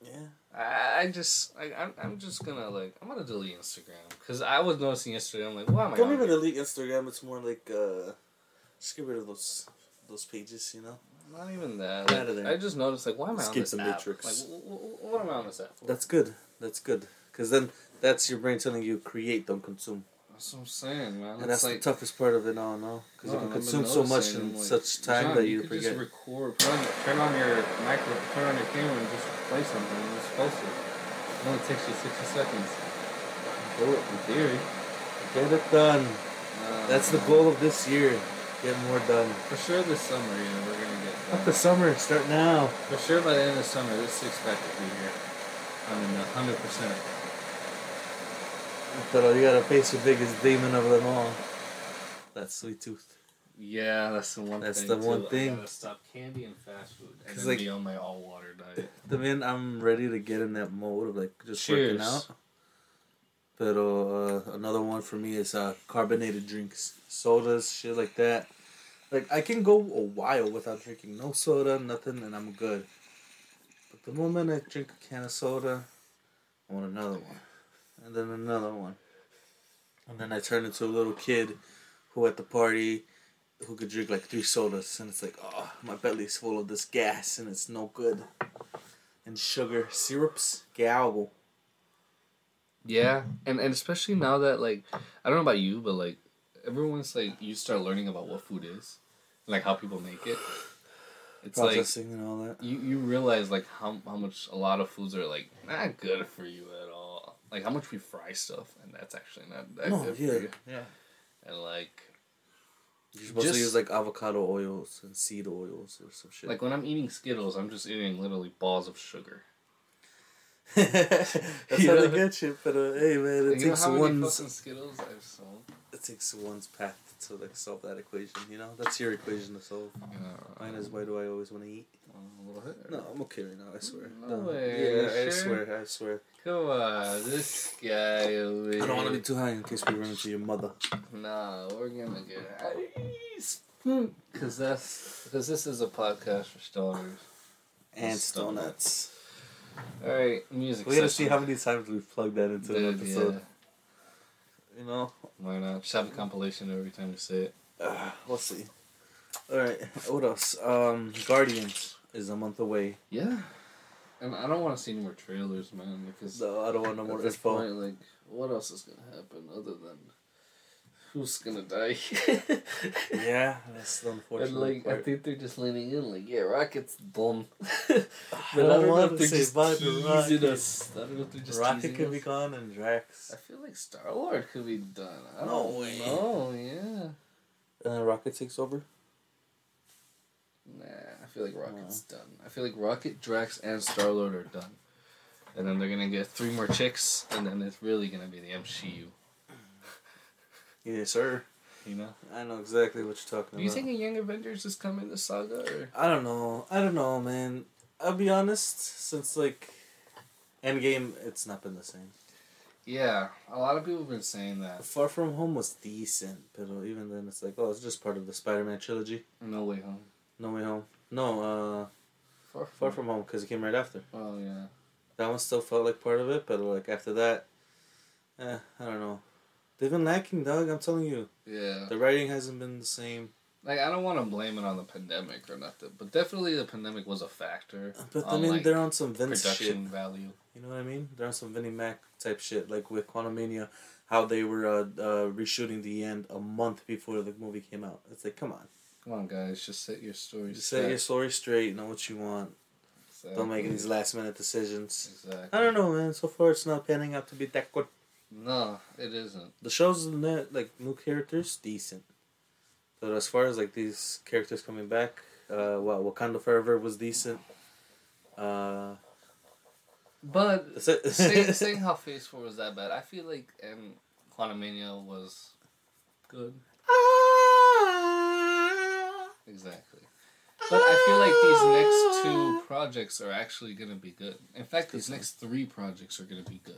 Speaker 1: Yeah.
Speaker 2: I, I just, I, I'm, I'm just gonna like, I'm gonna delete Instagram because I was noticing yesterday. I'm like, why am I?
Speaker 1: Don't
Speaker 2: on
Speaker 1: even
Speaker 2: here?
Speaker 1: delete Instagram. It's more like uh, just get rid of those those pages. You know.
Speaker 2: Not even that. Like,
Speaker 1: Outta there.
Speaker 2: I just noticed, like, why am I on
Speaker 1: Skip
Speaker 2: this
Speaker 1: the
Speaker 2: app?
Speaker 1: matrix.
Speaker 2: Like, w- w- what am I on this app? For?
Speaker 1: That's good. That's good. Cause then that's your brain telling you create, don't consume,
Speaker 2: That's what I'm saying, man.
Speaker 1: and
Speaker 2: It's
Speaker 1: that's
Speaker 2: like,
Speaker 1: the toughest part of it all. No, because
Speaker 2: No,
Speaker 1: you can
Speaker 2: I've
Speaker 1: consume
Speaker 2: been
Speaker 1: so much
Speaker 2: noticing,
Speaker 1: in
Speaker 2: like,
Speaker 1: such time
Speaker 2: John,
Speaker 1: that you,
Speaker 2: could
Speaker 1: forget.
Speaker 2: Just record, turn, turn on your micro, turn on your camera, and just play something and just post it. It only takes you sixty seconds.
Speaker 1: Do it.
Speaker 2: In theory,
Speaker 1: Get it done.
Speaker 2: Um,
Speaker 1: That's the goal of this year. Get more done.
Speaker 2: For sure, this summer, you know, we're gonna get.
Speaker 1: Not
Speaker 2: done.
Speaker 1: the summer. Start now.
Speaker 2: For sure, by the end of the summer, this six pack will be here. I mean, hundred percent.
Speaker 1: Pero you gotta face your biggest demon of them all. That sweet tooth.
Speaker 2: Yeah, that's the one.
Speaker 1: That's
Speaker 2: thing,
Speaker 1: the one
Speaker 2: too.
Speaker 1: thing.
Speaker 2: I gotta stop candy and fast food, and
Speaker 1: 'Cause,
Speaker 2: then
Speaker 1: like-
Speaker 2: be on my all water diet.
Speaker 1: I mean, I'm ready to get in that mode of like just
Speaker 2: Cheers.
Speaker 1: working out. Pero uh, another one for me is uh, carbonated drinks, sodas, shit like that. Like I can go a while without drinking no soda, nothing, and I'm good. But the moment I drink a can of soda, I want another one, and then another one, and then I turn into a little kid, who at the party, who could drink like three sodas, and it's like, oh, my belly's full of this gas, and it's no good. And sugar syrups, gavel.
Speaker 2: Yeah, and and especially now that like I don't know about you, but like everyone's like you start learning about what food is, like how people make it. It's like
Speaker 1: processing and all that.
Speaker 2: you you realize like how how much a lot of foods are like not good for you at all. Like how much we fry stuff, and that's actually not that
Speaker 1: No,
Speaker 2: good
Speaker 1: yeah.
Speaker 2: for you. And like
Speaker 1: You're supposed
Speaker 2: Just-
Speaker 1: to use like avocado oils and seed oils or some shit.
Speaker 2: like when I'm eating Skittles, I'm just eating literally balls of sugar.
Speaker 1: *laughs* That's
Speaker 2: You
Speaker 1: how
Speaker 2: know?
Speaker 1: they get you, but uh, hey man, it
Speaker 2: Like, you know
Speaker 1: takes
Speaker 2: how many
Speaker 1: one's
Speaker 2: fucking Skittles I've sold?
Speaker 1: it takes one's path to like solve that equation. You know, that's your equation to solve. Mine is why do I always want to eat?
Speaker 2: a little hit.
Speaker 1: No, I'm okay right now. I swear.
Speaker 2: No
Speaker 1: No,
Speaker 2: way,
Speaker 1: yeah,
Speaker 2: you
Speaker 1: I
Speaker 2: sure?
Speaker 1: swear, I swear.
Speaker 2: Come on, this guy. Over
Speaker 1: I don't want to
Speaker 2: here.
Speaker 1: be too high in case we run into your mother.
Speaker 2: Nah, we're gonna get spoon because that's because this is a podcast for starters.
Speaker 1: And
Speaker 2: Stop.
Speaker 1: donuts.
Speaker 2: All right, music.
Speaker 1: We gotta see
Speaker 2: session.
Speaker 1: how many times we've plugged that into an
Speaker 2: Dude,
Speaker 1: episode.
Speaker 2: yeah.
Speaker 1: You know,
Speaker 2: Why not? Just have a compilation every time we say it.
Speaker 1: uh, *sighs* we'll see. All right, what else? Um, Guardians is a month away.
Speaker 2: Yeah, and I don't want to see any more trailers, man, because
Speaker 1: So I don't want no
Speaker 2: at
Speaker 1: more
Speaker 2: this
Speaker 1: info.
Speaker 2: point, like, what else is gonna happen other than who's
Speaker 1: *laughs*
Speaker 2: gonna die?
Speaker 1: Yeah, that's the unfortunate
Speaker 2: And like,
Speaker 1: part.
Speaker 2: I think they're just leaning in, like, yeah, Rocket's
Speaker 1: *laughs*
Speaker 2: dumb.
Speaker 1: I
Speaker 2: But I don't know
Speaker 1: wanna
Speaker 2: if they're
Speaker 1: say
Speaker 2: just
Speaker 1: bye to
Speaker 2: teasing
Speaker 1: Rocket.
Speaker 2: us. I don't know if they're just
Speaker 1: Rocket
Speaker 2: teasing
Speaker 1: could
Speaker 2: us.
Speaker 1: be gone and Drax.
Speaker 2: I feel like Star Lord could be done. I
Speaker 1: No
Speaker 2: don't
Speaker 1: way.
Speaker 2: know. Yeah.
Speaker 1: And then Rocket takes over.
Speaker 2: Nah, I feel like Rocket's done. I feel like Rocket, Drax, and Star Lord are done. And then they're gonna get three more chicks, and then it's really gonna be the MCU.
Speaker 1: Yes, sir.
Speaker 2: You know?
Speaker 1: I know exactly what you're talking
Speaker 2: Do you
Speaker 1: about.
Speaker 2: think a Young Avengers is coming this saga? Or?
Speaker 1: I don't know. I don't know, man. I'll be honest. Since like, Endgame, it's not been the same.
Speaker 2: Yeah, a lot of people have been saying that.
Speaker 1: Far From Home was decent, but even then, it's like, oh, it's just part of the Spider-Man trilogy.
Speaker 2: No Way Home.
Speaker 1: No Way Home. No, uh,
Speaker 2: Far,
Speaker 1: Far From Home because it came right after.
Speaker 2: Oh yeah.
Speaker 1: That one still felt like part of it, but like after that, eh, I don't know. They've been lacking, dog. I'm telling you,
Speaker 2: Yeah.
Speaker 1: the writing hasn't been the same.
Speaker 2: Like I don't want to blame it on the pandemic or nothing, but definitely the pandemic was a factor.
Speaker 1: But I
Speaker 2: on,
Speaker 1: mean,
Speaker 2: like,
Speaker 1: they're on some Vince
Speaker 2: production value.
Speaker 1: shit. You know what I mean? They're on some Vinnie Mac type shit, like with Quantumania, how they were uh, uh, reshooting the end a month before the movie came out. It's like, come on,
Speaker 2: Come on, guys, just set Mm-hmm. your story
Speaker 1: just set your
Speaker 2: straight.
Speaker 1: story straight, know what you want. Don't make these last minute decisions.
Speaker 2: Exactly.
Speaker 1: I don't know, man. So far, it's not panning out to be that good.
Speaker 2: No, it isn't.
Speaker 1: The shows and that, like new characters, decent. But as far as like these characters coming back, uh, well, Wakanda Forever was decent. Uh,
Speaker 2: But
Speaker 1: that's
Speaker 2: *laughs*
Speaker 1: it. *laughs*
Speaker 2: saying, saying how Phase Four was that bad, I feel like and Quantumania was good.
Speaker 1: Ah!
Speaker 2: Exactly. But I feel like these next two projects are actually gonna be good. In fact, these next three projects are gonna be good.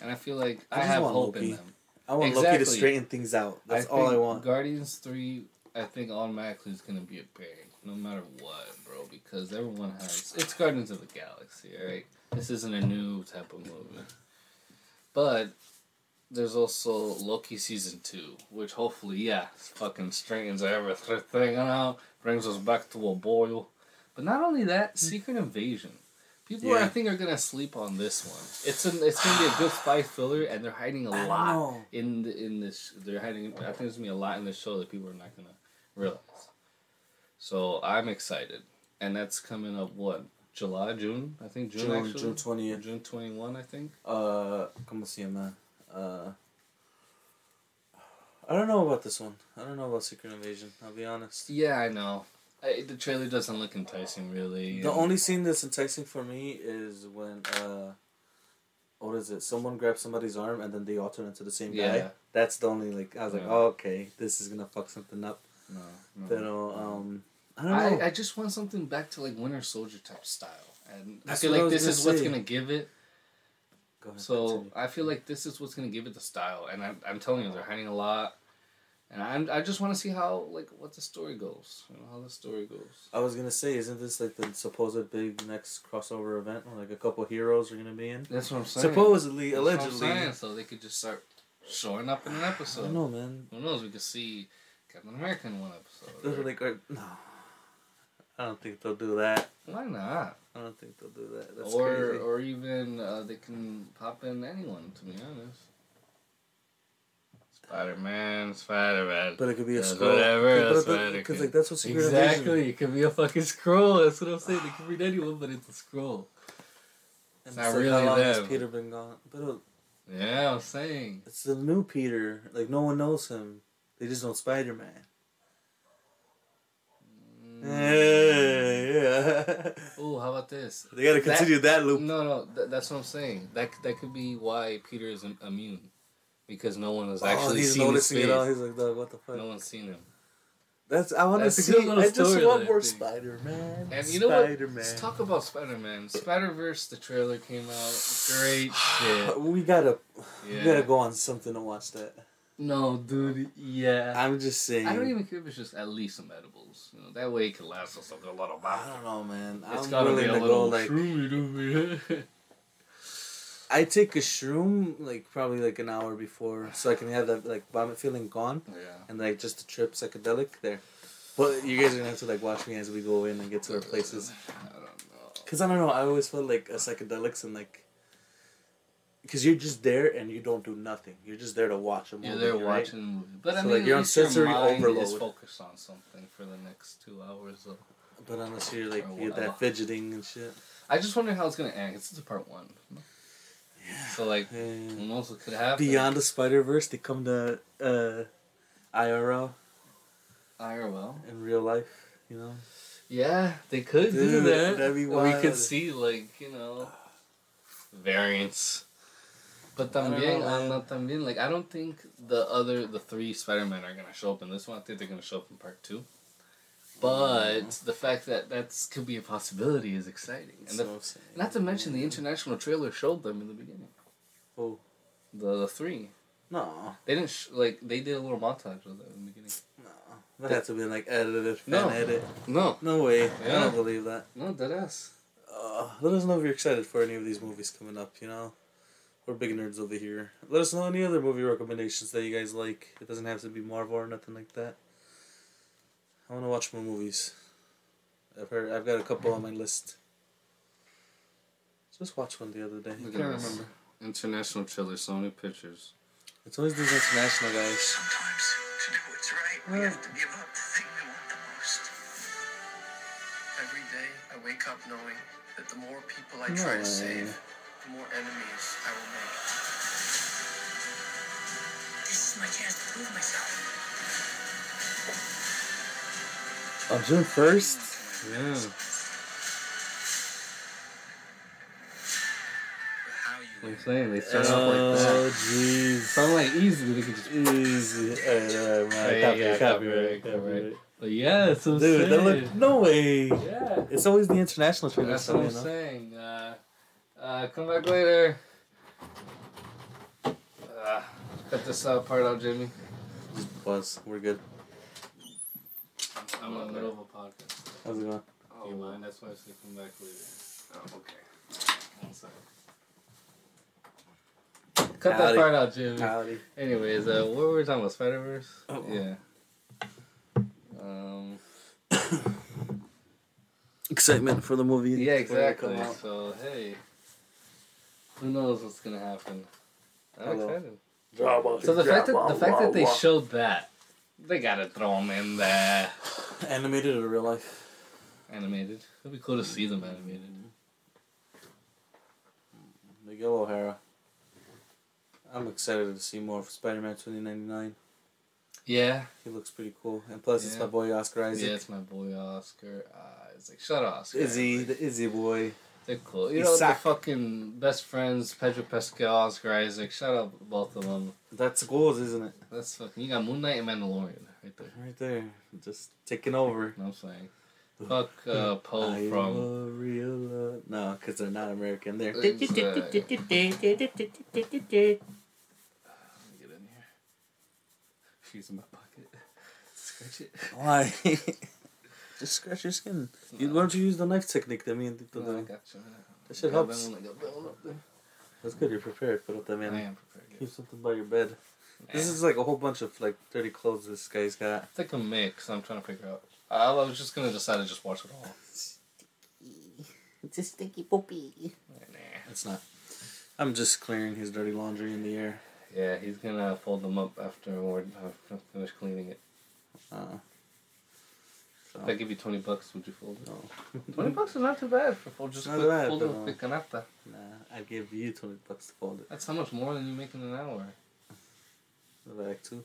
Speaker 2: And I feel like
Speaker 1: I
Speaker 2: I,
Speaker 1: just
Speaker 2: have
Speaker 1: want
Speaker 2: hope in
Speaker 1: Loki.
Speaker 2: them.
Speaker 1: I want Loki
Speaker 2: Exactly.
Speaker 1: to straighten things out. That's
Speaker 2: I
Speaker 1: all I
Speaker 2: think
Speaker 1: want.
Speaker 2: Guardians three, I think automatically is gonna be a bang, no matter what, bro. Because everyone has it's Guardians of the Galaxy, right? This isn't a new type of movie, but there's also Loki season two, which hopefully, yeah, fucking straightens everything out, brings us back to a boil. But not only that, Secret Invasion. People, I
Speaker 1: Hmm. Yeah.
Speaker 2: think, are gonna sleep on this one. It's an, it's gonna be a good spy filler, and they're hiding a
Speaker 1: I
Speaker 2: lot
Speaker 1: know.
Speaker 2: in the, in this. They're hiding. I think there's gonna be a lot in this show that people are not gonna realize. So I'm excited, and that's coming up what July, June, I think June,
Speaker 1: June,
Speaker 2: actually.
Speaker 1: June 20th.
Speaker 2: June twenty one, I think.
Speaker 1: Uh, ¿Cómo se llama? Uh, I don't know about this one. I don't know about Secret Invasion. I'll be honest.
Speaker 2: Yeah, I know. I, the trailer doesn't look enticing, really.
Speaker 1: The
Speaker 2: and-
Speaker 1: only scene that's enticing for me is when uh, what is it? Someone grabs somebody's arm and then they all turn into the same guy.
Speaker 2: Yeah.
Speaker 1: That's the only like I was like,
Speaker 2: Yeah.
Speaker 1: oh, okay, this is gonna fuck something up.
Speaker 2: no, no.
Speaker 1: But um, I don't know.
Speaker 2: I, I just want something back to like Winter Soldier type style, and
Speaker 1: That's
Speaker 2: I feel
Speaker 1: what I
Speaker 2: like
Speaker 1: was
Speaker 2: this
Speaker 1: gonna
Speaker 2: is what's
Speaker 1: say.
Speaker 2: gonna give it.
Speaker 1: Go ahead,
Speaker 2: So
Speaker 1: continue.
Speaker 2: I feel like this is what's gonna give it the style, and I'm, I'm telling you, they're hiding a lot. and I'm, I just want to see how like what the story goes, you know, how the story goes.
Speaker 1: I was gonna say, isn't this like the supposed big next crossover event? where, Like a couple heroes are gonna be in.
Speaker 2: That's what I'm saying.
Speaker 1: Supposedly,
Speaker 2: That's what I'm
Speaker 1: allegedly.
Speaker 2: saying, so they could just start showing up in an
Speaker 1: I
Speaker 2: episode.
Speaker 1: don't know, man.
Speaker 2: Who knows? We could see Captain America in one
Speaker 1: Those
Speaker 2: episode.
Speaker 1: are
Speaker 2: or-
Speaker 1: like, are- no. I don't think they'll do that.
Speaker 2: Why not?
Speaker 1: I don't think they'll do that. That's
Speaker 2: or
Speaker 1: crazy.
Speaker 2: or even uh, they can pop in anyone. To be honest, Spider Man, Spider Man.
Speaker 1: but it could be a
Speaker 2: Does
Speaker 1: scroll.
Speaker 2: whatever, that's what it
Speaker 1: Because
Speaker 2: can-
Speaker 1: like that's what Secret Invasion.
Speaker 2: Exactly, it could be a fucking scroll. That's what I'm saying. It could read anyone, but it's a scroll.
Speaker 1: And it's
Speaker 2: It's not
Speaker 1: like,
Speaker 2: really
Speaker 1: how long has
Speaker 2: them.
Speaker 1: Peter been gone? But uh,
Speaker 2: Yeah, I'm saying.
Speaker 1: it's the new Peter. Like no one knows him. They just know Spider Man.
Speaker 2: Mm.
Speaker 1: Yeah, *laughs* yeah.
Speaker 2: Oh, how about this?
Speaker 1: they gotta
Speaker 2: That-
Speaker 1: continue that, loop.
Speaker 2: No, no, th- that's what I'm saying. That that could be why Peter is im- immune, because no one has
Speaker 1: oh,
Speaker 2: actually
Speaker 1: he's
Speaker 2: seen his
Speaker 1: noticing
Speaker 2: face.
Speaker 1: it all. He's like, "Dog, what the fuck?"
Speaker 2: No one's seen him.
Speaker 1: That's I want to
Speaker 2: That's a
Speaker 1: see.
Speaker 2: good little
Speaker 1: I just
Speaker 2: story
Speaker 1: want
Speaker 2: there,
Speaker 1: more
Speaker 2: dude.
Speaker 1: Spider Man.
Speaker 2: And you know what?
Speaker 1: Spider-Man.
Speaker 2: Let's
Speaker 1: *sighs*
Speaker 2: talk about Spider Man. Spider Verse. The trailer came out.
Speaker 1: *sighs*
Speaker 2: Great shit.
Speaker 1: We gotta, we
Speaker 2: Yeah.
Speaker 1: gotta go on something to watch that.
Speaker 2: No, dude. Yeah.
Speaker 1: I'm just saying.
Speaker 2: I don't even care if it's just at least some edibles. You know, that way it can last us a little
Speaker 1: I
Speaker 2: while.
Speaker 1: don't know, man.
Speaker 2: It's
Speaker 1: I'm
Speaker 2: gotta be
Speaker 1: willing
Speaker 2: a
Speaker 1: to go
Speaker 2: little
Speaker 1: like
Speaker 2: true.
Speaker 1: I take a shroom like probably like an hour before, so I can have that like vomit feeling gone
Speaker 2: *laughs* yeah.
Speaker 1: and like just a trip psychedelic there. But you guys are gonna have to like watch me as we go in and get to our places.
Speaker 2: I don't know.
Speaker 1: Cause I don't know, I always felt like a psychedelics and like. Cause you're just there and you don't do nothing. You're just there to watch a movie.
Speaker 2: Yeah, they're
Speaker 1: right?
Speaker 2: watching the movie. But I
Speaker 1: So,
Speaker 2: mean,
Speaker 1: like, you're
Speaker 2: at
Speaker 1: on
Speaker 2: least your
Speaker 1: sensory
Speaker 2: mind is
Speaker 1: overload.
Speaker 2: focused on something for the next two hours. Of...
Speaker 1: But unless you're like
Speaker 2: Or
Speaker 1: you're
Speaker 2: whatever.
Speaker 1: that fidgeting and shit.
Speaker 2: I just wonder how it's gonna end. This is part one. So like, who
Speaker 1: And
Speaker 2: knows what could happen?
Speaker 1: beyond the Spider Verse, they come to uh, IRL
Speaker 2: IRL.
Speaker 1: in real life. You know,
Speaker 2: Yeah, they could do
Speaker 1: Dude,
Speaker 2: that.
Speaker 1: that'd be
Speaker 2: And We could
Speaker 1: wild.
Speaker 2: see like you know variants. But
Speaker 1: I don't
Speaker 2: también,
Speaker 1: know,
Speaker 2: I'm
Speaker 1: man.
Speaker 2: not también. Like I don't think the other the three Spider Men are gonna show up in this one. I think they're gonna show up in part two. But the fact that that's could be a possibility is exciting, and the, not to mention the international trailer showed them in the beginning.
Speaker 1: Oh.
Speaker 2: The, the three
Speaker 1: No,
Speaker 2: they didn't sh- like they did a little montage of that in the beginning.
Speaker 1: no, that had to be like edited, fan
Speaker 2: No.
Speaker 1: edit.
Speaker 2: No,
Speaker 1: No way, I
Speaker 2: Yeah.
Speaker 1: don't believe that.
Speaker 2: no, that ass.
Speaker 1: Uh, let us know if you're excited for any of these movies coming up. You know, we're big nerds over here. Let us know any other movie recommendations that you guys like. It doesn't have to be Marvel or nothing like that. I want to watch more movies. I've heard I've got a couple on my list. Just watch one the other day.
Speaker 2: Look
Speaker 1: I
Speaker 2: at
Speaker 1: can't
Speaker 2: this.
Speaker 1: remember.
Speaker 2: International trailer, Sony Pictures.
Speaker 1: It's always these international guys.
Speaker 3: Sometimes to do what's right, we have to give up the thing we want the most. Every day, I wake up knowing that the more people I
Speaker 1: No.
Speaker 3: try to save, the more enemies I will make. This is my chance to prove myself.
Speaker 1: On June first.
Speaker 2: Yeah.
Speaker 3: How you
Speaker 2: I'm saying they start off like that.
Speaker 1: Oh Uh, jeez.
Speaker 2: Sound like easy, but they could just.
Speaker 1: Easy. Alright, alright,
Speaker 2: Hey,
Speaker 1: alright. Copy, copy,
Speaker 2: yeah, copyright,
Speaker 1: copyright,
Speaker 2: copyright.
Speaker 1: copyright.
Speaker 2: But yeah, that's what I'm
Speaker 1: Dude, that
Speaker 2: saying.
Speaker 1: look. No way.
Speaker 2: yeah,
Speaker 1: It's always the international trailer.
Speaker 2: that's what I'm saying. Uh, uh, come back later. Uh, cut this uh, part out, Jimmy.
Speaker 1: Just pause. We're good.
Speaker 2: I'm in the middle of a podcast.
Speaker 1: How's it going?
Speaker 2: Do you mind? That's why I said come back later. Oh, okay. One second. Cut that
Speaker 1: Howdy.
Speaker 2: part out, Jimmy.
Speaker 1: Howdy.
Speaker 2: Anyways, uh, what were we talking about? Spider Verse.
Speaker 1: Oh.
Speaker 2: Yeah. Um.
Speaker 1: Excitement for the movie.
Speaker 2: Yeah,
Speaker 1: before they come
Speaker 2: exactly.
Speaker 1: out.
Speaker 2: So hey, who knows what's gonna happen? I'm
Speaker 1: Hello.
Speaker 2: excited.
Speaker 1: Drama.
Speaker 2: So the fact that the
Speaker 1: Drama,
Speaker 2: fact that they
Speaker 1: wah, wah.
Speaker 2: showed that, they gotta throw them in there.
Speaker 1: animated or real life.
Speaker 2: Animated. It'd be cool to see them animated.
Speaker 1: Miguel O'Hara. I'm excited to see more of Spider-Man 2099.
Speaker 2: Yeah.
Speaker 1: He looks pretty cool, and plus it's
Speaker 2: Yeah.
Speaker 1: my boy Oscar
Speaker 2: Yeah,
Speaker 1: Isaac.
Speaker 2: it's my boy Oscar Uh, Isaac. Shut up, Oscar.
Speaker 1: Izzy,
Speaker 2: Isaac.
Speaker 1: the Izzy boy.
Speaker 2: They're cool. You
Speaker 1: He's
Speaker 2: know the
Speaker 1: sack.
Speaker 2: fucking best friends, Pedro Pascal, Oscar Isaac. Shut up, both of them.
Speaker 1: That's goals, isn't it?
Speaker 2: That's fucking. You got Moon Knight and Mandalorian right there.
Speaker 1: Right there, just taking over.
Speaker 2: You know what I'm saying? Fuck uh,
Speaker 1: *laughs*
Speaker 2: Poe
Speaker 1: I
Speaker 2: from.
Speaker 1: am a real love- No, because they're not American. They're
Speaker 2: Let me get in uh,
Speaker 1: *laughs*
Speaker 2: here. She's in my pocket.
Speaker 1: Why? *laughs* Just scratch your skin. You, why don't you use the knife technique that me and Tito
Speaker 2: No, Oh, I
Speaker 1: doing?
Speaker 2: gotcha.
Speaker 1: That shit
Speaker 2: Yeah,
Speaker 1: helps.
Speaker 2: then when I go down up there.
Speaker 1: That's good. You're prepared. Put up that
Speaker 2: I
Speaker 1: man.
Speaker 2: am prepared. yeah.
Speaker 1: Keep something by your bed. This is like a whole bunch of like dirty clothes this guy's
Speaker 2: *laughs*
Speaker 1: got.
Speaker 2: It's like a mix. I'm trying to figure out. I was just gonna decide to just watch it all.
Speaker 4: It's a stinky poopy.
Speaker 2: Nah.
Speaker 1: It's not. I'm just clearing his dirty laundry in the air.
Speaker 2: Yeah, he's gonna fold them up after we're after I'm finished cleaning it.
Speaker 1: Uh, so.
Speaker 2: If I give you twenty bucks, would you fold it?
Speaker 1: No.
Speaker 2: Twenty bucks is not too bad uh, for fold, just
Speaker 1: Not
Speaker 2: quick
Speaker 1: bad,
Speaker 2: folding
Speaker 1: but,
Speaker 2: a quick canasta.
Speaker 1: Nah, I give you 20 bucks to fold it.
Speaker 2: That's how much more than you make in an hour.
Speaker 1: The back too.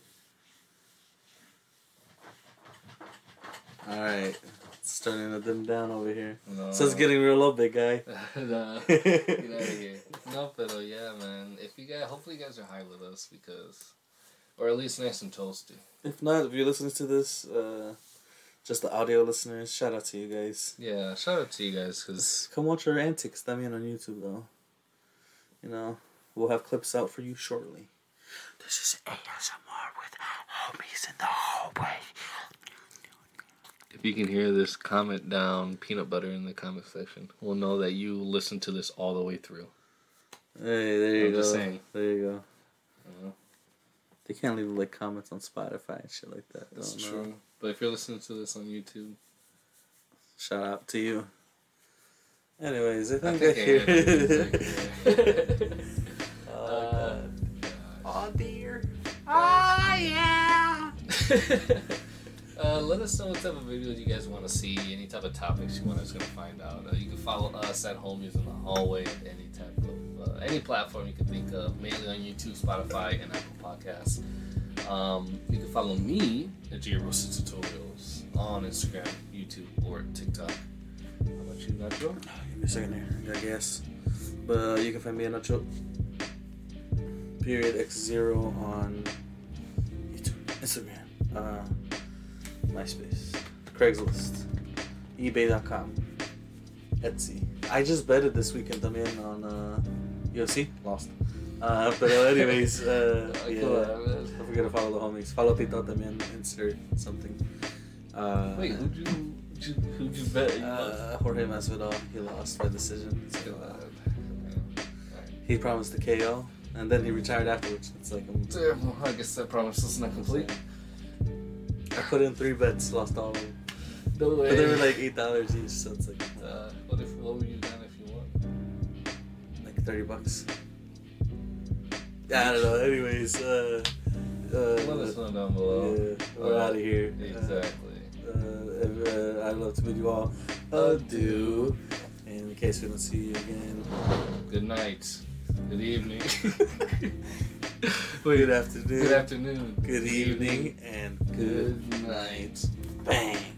Speaker 1: Alright. It's starting to dim down over here.
Speaker 2: No.
Speaker 1: So it's
Speaker 2: *laughs*
Speaker 1: getting real low, big guy.
Speaker 2: Nah, *laughs*
Speaker 1: *laughs*
Speaker 2: get out of here. No, but uh, yeah, man. If you guys, hopefully you guys are high with us because, or at least nice and toasty.
Speaker 1: If not, if you're listening to this, uh, just the audio listeners, shout out to you guys.
Speaker 2: Yeah, shout out to you guys because
Speaker 1: Come watch our antics, Damien, on YouTube, though. You know, we'll have clips out for you shortly. This is ASMR with homies in the hallway.
Speaker 2: if you can hear this, comment down peanut butter in the comment section. We'll know that you listened to this all the way through.
Speaker 1: Hey, there you
Speaker 2: I'm
Speaker 1: go.
Speaker 2: just saying.
Speaker 1: There you go.
Speaker 2: Uh-huh.
Speaker 1: They can't leave like comments on Spotify and shit like that.
Speaker 2: That's
Speaker 1: Don't know.
Speaker 2: true. But if you're listening to this on YouTube,
Speaker 1: Shout out to you. Anyways, I
Speaker 2: I
Speaker 1: think I,
Speaker 2: think
Speaker 1: hear. *laughs*
Speaker 2: Uh,
Speaker 1: oh dear.
Speaker 2: *laughs* uh, let us know what type of videos you guys want to see, any type of topics you want us going to find out. Uh, you can follow us at Homies in the Hallway, any type of uh, any platform you can think of, mainly on YouTube, Spotify, and Apple Podcasts. Um, you can follow me at J Roasted Tutorials on Instagram, YouTube, or TikTok. How about you, Nacho?
Speaker 1: Give me a second here. I got gas. But uh, you can find me on Nacho. Period X zero on YouTube, Instagram, uh, MySpace, Craigslist, eBay.com, Etsy. I just betted this weekend. I'm in on uh, UFC. Lost. Uh, *laughs* but uh, anyways, uh,
Speaker 2: Okay,
Speaker 1: yeah.
Speaker 2: uh,
Speaker 1: Don't forget to follow the homies. Follow Tito también. Insert something. Uh,
Speaker 2: Wait, who'd you, who'd you, who'd you bet? You
Speaker 1: uh, Jorge Masvidal. He lost by decision.
Speaker 2: lost?
Speaker 1: So, uh,
Speaker 2: Alright.
Speaker 1: he promised the KO, and then he retired afterwards. It's like um,
Speaker 2: Damn, well, I guess that promise is not complete.
Speaker 1: I put in three bets, lost all of them.
Speaker 2: No way.
Speaker 1: But they were like eight dollars each, so it's like
Speaker 2: uh, what if what would you done if you won?
Speaker 1: like thirty bucks. I don't know. Anyways, uh,
Speaker 2: Let us
Speaker 1: uh,
Speaker 2: know down below.
Speaker 1: yeah, we're out of here. Uh,
Speaker 2: Exactly.
Speaker 1: uh, uh, I love to bid you all adieu. And in case we don't see you again,
Speaker 2: Good night. Good evening.
Speaker 1: good afternoon,
Speaker 2: *laughs* Good afternoon.
Speaker 1: good evening, and good
Speaker 2: Good night.
Speaker 1: bang.